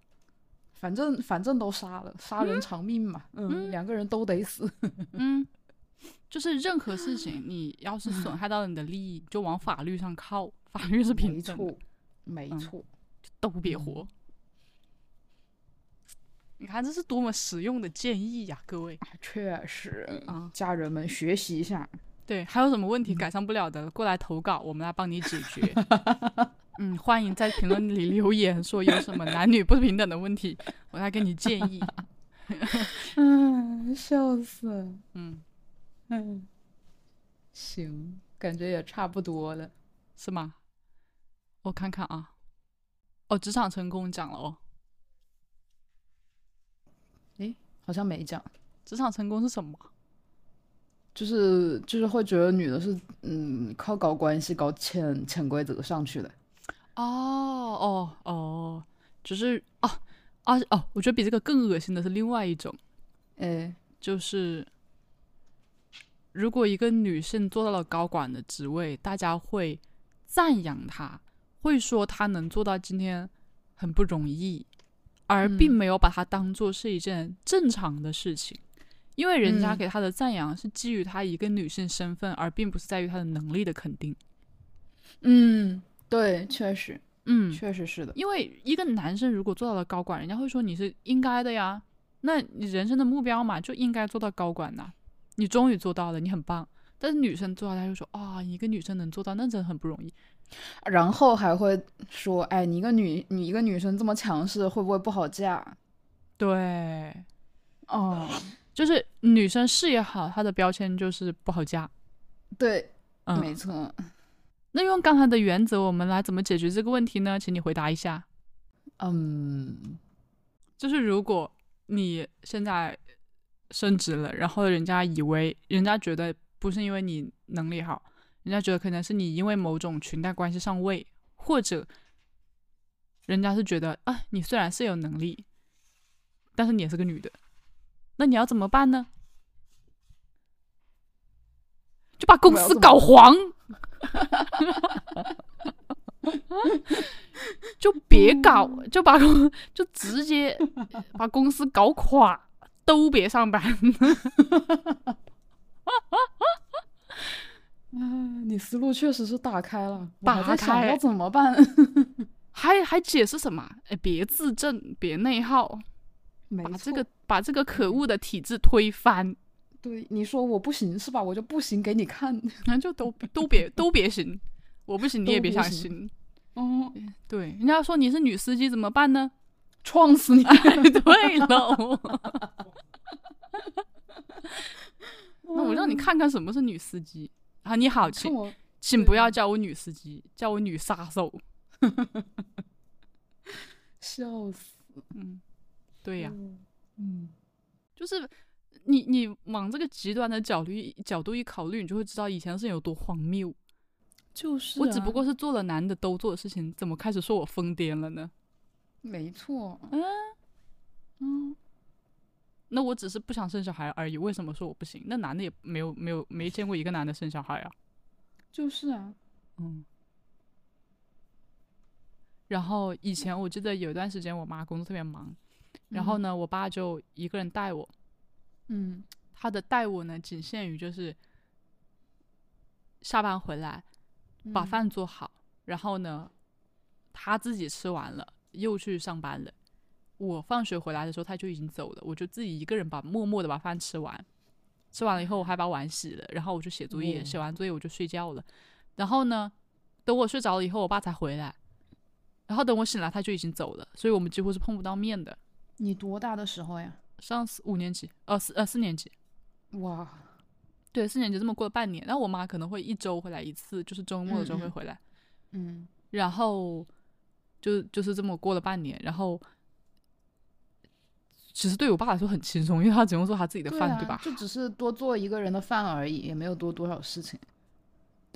[SPEAKER 1] 反正反正都杀了，杀人偿命嘛，嗯，两个人都得死。
[SPEAKER 3] 嗯， <laughs> 就是任何事情，你要是损害到了你的利益，就往法律上靠，法律是
[SPEAKER 1] 嗯没
[SPEAKER 3] 平等的，
[SPEAKER 1] 错，嗯没
[SPEAKER 3] 嗯
[SPEAKER 1] 错，
[SPEAKER 3] 都别活。你看这是多么实用的建议呀、各位
[SPEAKER 1] 哎确实，
[SPEAKER 3] 啊！
[SPEAKER 1] 家人们学习一下。
[SPEAKER 3] 对，还有什么问题改善不了的，过来投稿，我们来帮你解 <laughs> 决。嗯，欢迎在评论里留言，说有什么男女不平等的问题，我来给你建议。
[SPEAKER 1] 嗯，笑死。
[SPEAKER 3] 嗯，
[SPEAKER 1] 嗯，行，感觉也差不多了。
[SPEAKER 3] 是吗？我看看啊，哦，职场成功讲了哦，
[SPEAKER 1] 好像没讲，
[SPEAKER 3] 职场成功是什么？
[SPEAKER 1] 就是就是会觉得女的是嗯靠搞关系、搞潜潜规则上去的。
[SPEAKER 3] 哦哦哦，只是哦啊哦，我觉得比这个更恶心的是另外一种，
[SPEAKER 1] 哎，
[SPEAKER 3] 就是如果一个女性做到了高管的职位，大家会赞扬她，会说她能做到今天很不容易，而并
[SPEAKER 1] 嗯
[SPEAKER 3] 没有把它当做是一件正常的事情。因为人家
[SPEAKER 1] 嗯
[SPEAKER 3] 给她的赞扬是基于她一个女性身份，而并不是在于她的能力的肯定。
[SPEAKER 1] 嗯，对，确实，
[SPEAKER 3] 嗯，
[SPEAKER 4] 确实是的。
[SPEAKER 3] 因为一个男生如果做到了高管，人家会说你是应该的呀。那你人生的目标嘛，就应该做到高管呐、你终于做到了，你很棒。但是女生做到，他就说啊、一个女生能做到，那真的很不容易。
[SPEAKER 1] 然后还会说，哎，你一个女，你一个女生这么强势，会不会不好嫁？
[SPEAKER 3] 对，
[SPEAKER 1] 哦，
[SPEAKER 3] 就是女生事业好，她的标签就是不好嫁。
[SPEAKER 1] 对，没
[SPEAKER 3] 嗯，
[SPEAKER 1] 错。
[SPEAKER 3] 那用刚才的原则，我们来怎么解决这个问题呢？请你回答一下。
[SPEAKER 1] 嗯，
[SPEAKER 3] 就是如果你现在升职了，然后人家以为人家觉得不是因为你能力好，人家觉得可能是你因为某种裙带关系上位，或者人家是觉得啊，你虽然是有能力，但是你也是个女的，那你要怎么办呢？就把公
[SPEAKER 1] 我要
[SPEAKER 3] 司
[SPEAKER 1] 怎么
[SPEAKER 3] 搞黄，就别搞，就把公就直接把公司搞垮，都别上班。
[SPEAKER 1] 哎，你思路确实是打开了，我
[SPEAKER 3] 打
[SPEAKER 1] 还在想
[SPEAKER 3] 开
[SPEAKER 1] 要怎么
[SPEAKER 3] <laughs>
[SPEAKER 1] 办？
[SPEAKER 3] 还还解释什么？哎，别自证，别内耗，
[SPEAKER 1] 没
[SPEAKER 3] 把这
[SPEAKER 1] 错
[SPEAKER 3] 个把这个可恶的体制推翻，
[SPEAKER 1] 对你说我不行是吧？我就不行给你看。
[SPEAKER 3] 然后就都都别都别行，我不行你也
[SPEAKER 1] 都
[SPEAKER 3] 别
[SPEAKER 1] 别
[SPEAKER 3] 想
[SPEAKER 1] 行
[SPEAKER 3] 行。
[SPEAKER 1] 哦，
[SPEAKER 3] 对，人家说你是女司机怎么办呢？ <laughs>
[SPEAKER 1] 撞死你！
[SPEAKER 3] 对喽， <laughs> 那我让你看看什么是女司机啊！你好，
[SPEAKER 1] 看
[SPEAKER 3] 请
[SPEAKER 1] 我
[SPEAKER 3] 请不要叫我女司机，叫我女杀手。
[SPEAKER 1] 笑死。
[SPEAKER 3] 嗯，对呀、
[SPEAKER 1] 嗯，
[SPEAKER 3] 就是你你往这个极端的角度一角度一考虑，你就会知道以前的事情有多荒谬。
[SPEAKER 1] 就是
[SPEAKER 3] 我只
[SPEAKER 1] 啊
[SPEAKER 3] 不过是做了男的都做的事情，怎么开始说我疯癫了呢？
[SPEAKER 1] 没错。
[SPEAKER 3] 嗯
[SPEAKER 1] 嗯，
[SPEAKER 3] 那我只是不想生小孩而已，为什么说我不行？那男的也没有没有没见过一个男的生小孩啊。
[SPEAKER 1] 就是啊。
[SPEAKER 3] 嗯。然后以前我记得有一段时间，我妈工作特别忙，然后呢，我爸就一个人带我。
[SPEAKER 1] 嗯
[SPEAKER 3] 他的带我呢，仅限于就是下班回来把
[SPEAKER 1] 嗯
[SPEAKER 3] 饭做好，然后呢，他自己吃完了又去上班了。我放学回来的时候他就已经走了，我就自己一个人把默默的把饭吃完，吃完了以后我还把碗洗了，然后我就写作业，
[SPEAKER 4] 哇
[SPEAKER 3] 写完作业我就睡觉了。然后呢，等我睡着了以后，我爸才回来，然后等我醒来他就已经走了，所以我们几乎是碰不到面的。
[SPEAKER 1] 你多大的时候呀？
[SPEAKER 3] 上四五年级，呃四呃四年级，
[SPEAKER 1] 哇，
[SPEAKER 3] 对，四年级这么过了半年，然后我妈可能会一周回来一次，就是周末的时候
[SPEAKER 1] 嗯嗯
[SPEAKER 3] 会回来，
[SPEAKER 1] 嗯
[SPEAKER 3] 然后就就是这么过了半年，然后其实对我爸来说很轻松，因为他只用做他自己的
[SPEAKER 1] 对
[SPEAKER 3] 饭，
[SPEAKER 1] 啊
[SPEAKER 3] 对吧？
[SPEAKER 1] 就只是多做一个人的饭而已，也没有多多少事情。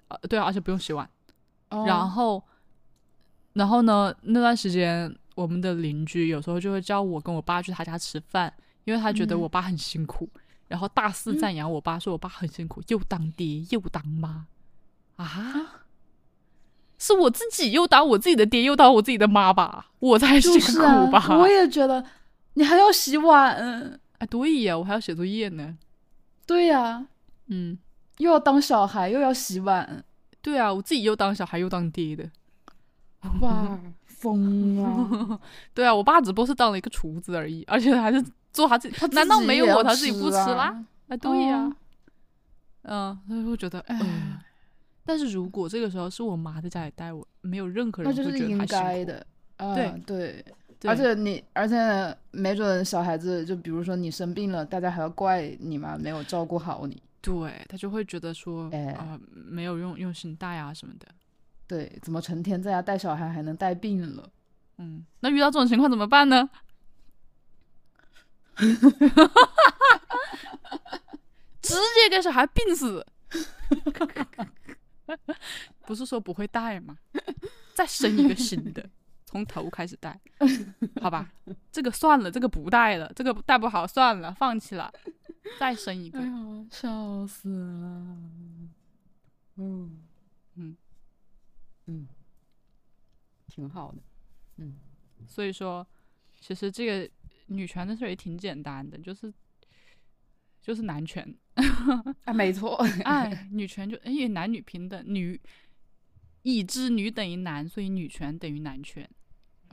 [SPEAKER 3] 呃对啊，而且不用洗碗。
[SPEAKER 1] 哦
[SPEAKER 3] 然后，然后呢，那段时间我们的邻居有时候就会叫我跟我爸去他家吃饭，因为他觉得
[SPEAKER 1] 嗯
[SPEAKER 3] 我爸很辛苦，然后大肆赞扬我爸，说我爸很辛苦，又当爹又当妈啊。是我自己又当我自己的爹，又当我自己的妈吧，我才辛
[SPEAKER 1] 就是啊
[SPEAKER 3] 苦吧？，
[SPEAKER 1] 我也觉得你还要洗碗，
[SPEAKER 3] 哎，对呀，我还要写作业呢。
[SPEAKER 1] 对呀、
[SPEAKER 3] 嗯，
[SPEAKER 1] 又要当小孩，又要洗碗，
[SPEAKER 3] 对啊，我自己又当小孩又当爹的。 <laughs>
[SPEAKER 1] 哇，疯了！
[SPEAKER 3] 对啊，我爸只不过是当了一个厨子而已，而且还是做他自己。
[SPEAKER 1] 他自
[SPEAKER 3] 难道
[SPEAKER 1] 己
[SPEAKER 3] 没有
[SPEAKER 1] 也要
[SPEAKER 3] 我他自己不吃啦？
[SPEAKER 1] 啊？
[SPEAKER 3] 啊，对呀、
[SPEAKER 1] 哦
[SPEAKER 3] 嗯，所以我觉得，哎、
[SPEAKER 1] 唉
[SPEAKER 3] 但是如果这个时候是我妈在家里带我，没有任何
[SPEAKER 1] 那
[SPEAKER 3] 人
[SPEAKER 1] 就
[SPEAKER 3] 会
[SPEAKER 1] 是
[SPEAKER 3] 觉得
[SPEAKER 1] 应
[SPEAKER 3] 她辛
[SPEAKER 1] 该
[SPEAKER 3] 苦，
[SPEAKER 1] 的。啊、
[SPEAKER 3] 对
[SPEAKER 1] 对，
[SPEAKER 3] 对
[SPEAKER 1] 而且你，而且没准小孩子，就比如说你生病了，大家还要怪你妈没有照顾好你。
[SPEAKER 3] 对她就会觉得说，
[SPEAKER 1] 哎
[SPEAKER 3] 啊，没有用用心带啊什么的，
[SPEAKER 1] 对，怎么成天在家带小孩还能带病了？
[SPEAKER 3] 嗯，那遇到这种情况怎么办呢？ <laughs> 直接给小孩病死，不是说不会带吗？再生一个新的，从头开始带，好吧？这个算了，这个不带了，这个带不好算了，放弃了，再生一个。
[SPEAKER 1] 哎呀，笑死了！
[SPEAKER 4] 嗯
[SPEAKER 3] 嗯
[SPEAKER 4] 嗯，挺好的。
[SPEAKER 3] 所以说，其实这个女权的事儿也挺简单的，就是就是男权，
[SPEAKER 1] 啊，没错， <laughs>
[SPEAKER 3] 哎，女权就哎也男女平等，女已知女等于男，所以女权等于男权。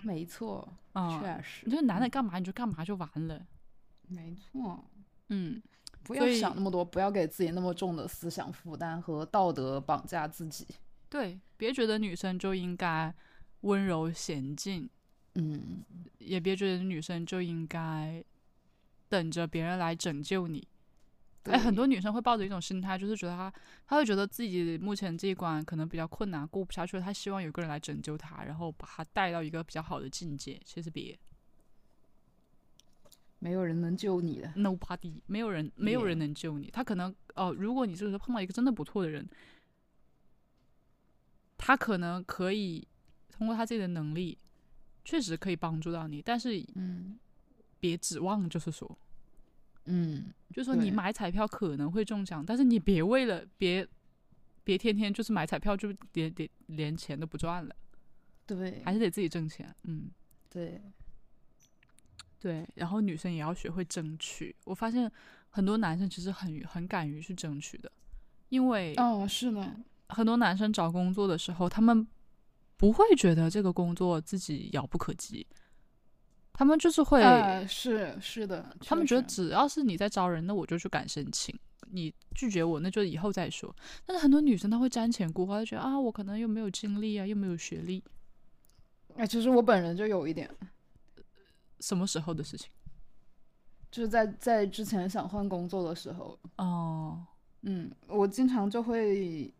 [SPEAKER 4] 没错，
[SPEAKER 3] 啊、
[SPEAKER 4] 确实，
[SPEAKER 3] 你就男的干嘛你就干嘛就完了。
[SPEAKER 4] 没错，
[SPEAKER 3] 嗯，
[SPEAKER 1] 不
[SPEAKER 3] 所
[SPEAKER 1] 要
[SPEAKER 3] 以
[SPEAKER 1] 想那么多，不要给自己那么重的思想负担和道德绑架自己。
[SPEAKER 3] 对，别觉得女生就应该温柔娴静，
[SPEAKER 1] 嗯，
[SPEAKER 3] 也别觉得女生就应该等着别人来拯救你。哎，很多女生会抱着一种心态，就是觉得她，她会觉得自己目前这一关可能比较困难，过不下去了，她希望有个人来拯救她，然后把她带到一个比较好的境界。其实别
[SPEAKER 1] 没有人能救你的。
[SPEAKER 3] ，nobody，没有人，没有人能救你。她可能哦、如果你这个时候碰到一个真的不错的人，他可能可以通过他自己的能力，确实可以帮助到你，但是
[SPEAKER 1] 嗯
[SPEAKER 3] 别指望，就是说，
[SPEAKER 1] 嗯，
[SPEAKER 3] 就说你
[SPEAKER 1] 对
[SPEAKER 3] 买彩票可能会中奖，但是你别为了别别天天就是买彩票就连连连钱都不赚了，
[SPEAKER 1] 对，
[SPEAKER 3] 还是得自己挣钱。嗯，
[SPEAKER 1] 对，
[SPEAKER 3] 对。然后女生也要学会争取。我发现很多男生其实很很敢于去争取的，因为
[SPEAKER 1] 哦，是的，
[SPEAKER 3] 很多男生找工作的时候，他们不会觉得这个工作自己遥不可及，他们就是会
[SPEAKER 1] 啊，是是的，
[SPEAKER 3] 他们
[SPEAKER 1] 确
[SPEAKER 3] 觉得
[SPEAKER 1] 实
[SPEAKER 3] 只要是你在招人，那我就去敢申请。你拒绝我，那就以后再说。但是很多女生她会瞻前顾后，她就觉得啊，我可能又没有经历啊，又没有学历，
[SPEAKER 1] 哎，其实我本人就有一点，
[SPEAKER 3] 什么时候的事情？
[SPEAKER 1] 就是在在之前想换工作的时候，
[SPEAKER 3] 哦，
[SPEAKER 1] 嗯，我经常就会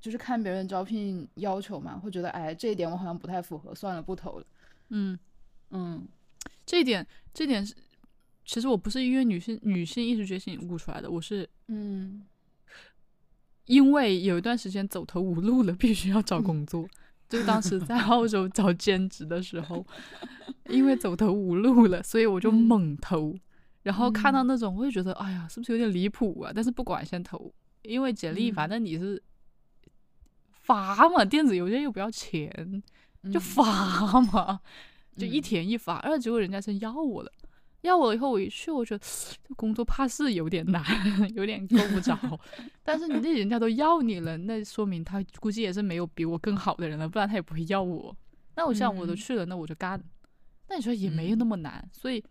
[SPEAKER 1] 就是看别人招聘要求嘛，会觉得哎，这一点我好像不太符合，算了，不投了。
[SPEAKER 3] 嗯，
[SPEAKER 1] 嗯，
[SPEAKER 3] 这一点，这一点是，其实我不是因为女性女性意识觉醒悟出来的，我是
[SPEAKER 1] 嗯，
[SPEAKER 3] 因为有一段时间走投无路了， <laughs> 必须要找工作。就当时在澳洲找兼职的时候，因为走投无路了，所以我就猛投。然后看到那种，我就觉得，哎呀，是不是有点离谱啊？但是不管，先投，因为简历
[SPEAKER 1] 嗯
[SPEAKER 3] 反正你是发嘛，电子邮件又不要钱，就
[SPEAKER 1] 嗯
[SPEAKER 3] 发
[SPEAKER 1] <laughs>
[SPEAKER 3] 嘛，就一
[SPEAKER 1] 嗯
[SPEAKER 3] 填一发。然后结果人家真要我了，要我以后我一去，我觉得 <sniffs> 这工作怕是有点难， <laughs> 有点够
[SPEAKER 1] <laughs>
[SPEAKER 3] 不着。但是你那人家都要你了，那说明他估计也是没有比我更好的人了，不然他也不会要我。那我想我都
[SPEAKER 1] 嗯
[SPEAKER 3] 去了，那我就干。那你说也没有那么难，所以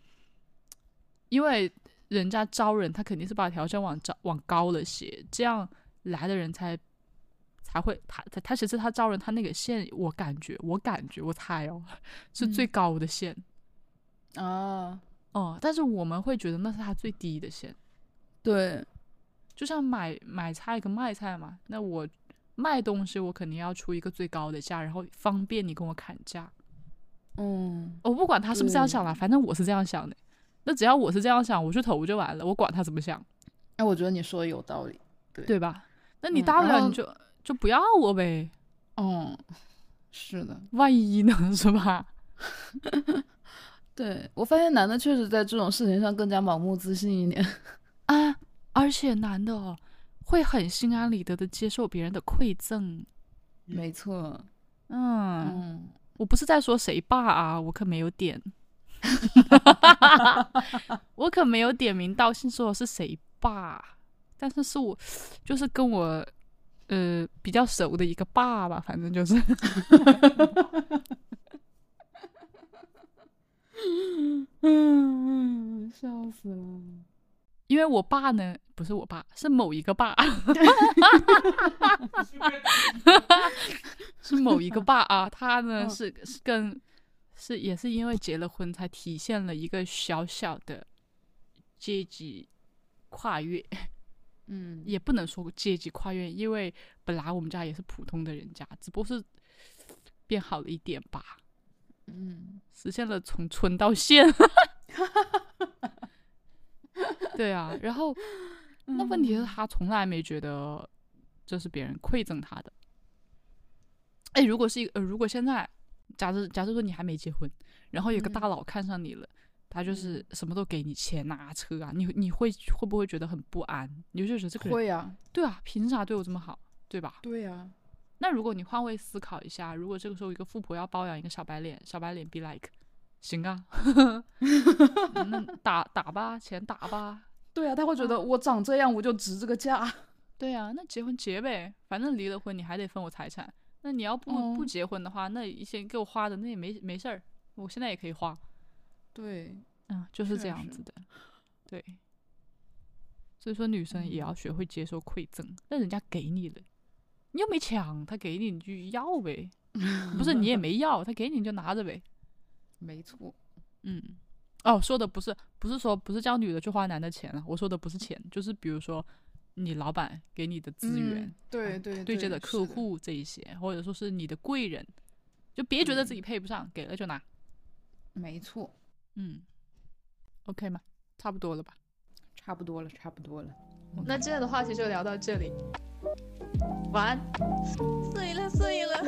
[SPEAKER 3] 因为人家招人，他肯定是把条件往招往高了写，这样来的人才才会他他他其实他招人他那个线，我感觉我感觉我猜哦是最
[SPEAKER 1] 嗯
[SPEAKER 3] 高的线
[SPEAKER 1] 啊，
[SPEAKER 3] 哦、但是我们会觉得那是他最低的线。
[SPEAKER 1] 对，
[SPEAKER 3] 就像买买菜跟卖菜嘛，那我卖东西我肯定要出一个最高的价，然后方便你跟我砍价。
[SPEAKER 1] 嗯，
[SPEAKER 3] 我不管他是不是这样想啦，反正我是这样想的。那只要我是这样想，我去投就完了，我管他怎么想，
[SPEAKER 1] 哎，我觉得你说的有道理。
[SPEAKER 3] 对吧？那你
[SPEAKER 1] 嗯
[SPEAKER 3] 大不
[SPEAKER 1] 然
[SPEAKER 3] 了
[SPEAKER 1] 后
[SPEAKER 3] 你就、就不要我呗，
[SPEAKER 1] 嗯， <laughs> 是的，
[SPEAKER 3] 万一呢， <laughs> 是吧？
[SPEAKER 1] 对我发现男的确实在这种事情上更加盲目自信一点。 <laughs>
[SPEAKER 3] 啊，而且男的哦，会很心安理得的接受别人的馈赠。
[SPEAKER 1] 没错，
[SPEAKER 3] 嗯，
[SPEAKER 1] 嗯，
[SPEAKER 3] 我不是在说谁爸啊，我可没有点， <laughs> 我可没有点名道姓说是谁爸，但是是我就是跟我呃比较熟的一个爸吧，反正就是
[SPEAKER 4] 嗯，笑死了。
[SPEAKER 3] 因为我爸呢不是我爸，是某一个爸， <laughs> 是某一个爸啊，他呢
[SPEAKER 1] 嗯
[SPEAKER 3] 是是跟是也是因为结了婚才体现了一个小小的阶级跨越。
[SPEAKER 1] 嗯，
[SPEAKER 3] 也不能说阶级跨越，因为本来我们家也是普通的人家，只不过是变好了一点吧，
[SPEAKER 1] 嗯，
[SPEAKER 3] 实现了从村到县。 <laughs> 对啊，然后那问题是
[SPEAKER 1] 嗯
[SPEAKER 3] 他从来没觉得这是别人馈赠他的。哎，如果是一个，呃、如果现在假设假设说你还没结婚，然后有个大
[SPEAKER 1] 嗯
[SPEAKER 3] 佬看上你了，他就是什么都给你钱啊车啊，你你会会不会觉得很不安？你就觉得这个人
[SPEAKER 1] 会呀，
[SPEAKER 3] 对啊，凭啥对我这么好，对吧？
[SPEAKER 1] 对啊呀，
[SPEAKER 3] 那如果你换位思考一下，如果这个时候一个富婆要包养一个小白脸，小白脸 be like，行啊， <laughs> 嗯、打打吧，钱打吧，
[SPEAKER 1] 对啊呀，他会觉得我长这样我就值这个价。
[SPEAKER 3] 对啊，那结婚结呗，反正离了婚你还得分我财产，那你要不、不
[SPEAKER 4] 嗯
[SPEAKER 3] 结婚的话，那一些给我花的那也没没事儿，我现在也可以花。
[SPEAKER 4] 对，
[SPEAKER 3] 嗯，就是这
[SPEAKER 4] 确
[SPEAKER 3] 样
[SPEAKER 4] 实
[SPEAKER 3] 子的，对。所以说，女生也要学会接受馈赠，那、人家给你了，你又没抢，他给你你就要 <laughs> 呗，不是你也没要，他给你你就拿着呗，
[SPEAKER 4] 没错，
[SPEAKER 3] 嗯。哦，说的不是不是说不是叫女的去花男的钱啊，我说的不是钱，就是比如说你老板给你的资源，啊
[SPEAKER 4] 嗯对对
[SPEAKER 3] 对接的
[SPEAKER 4] 的
[SPEAKER 3] 客，户这一些，或者说是你的贵人，就别觉得自己配不上，给了就拿。
[SPEAKER 4] 没错，
[SPEAKER 3] 嗯，OK 吗？差不多了吧？
[SPEAKER 4] 差不多了，差不多了。
[SPEAKER 2] 那今天的话题就聊到这里，晚安，睡了睡了。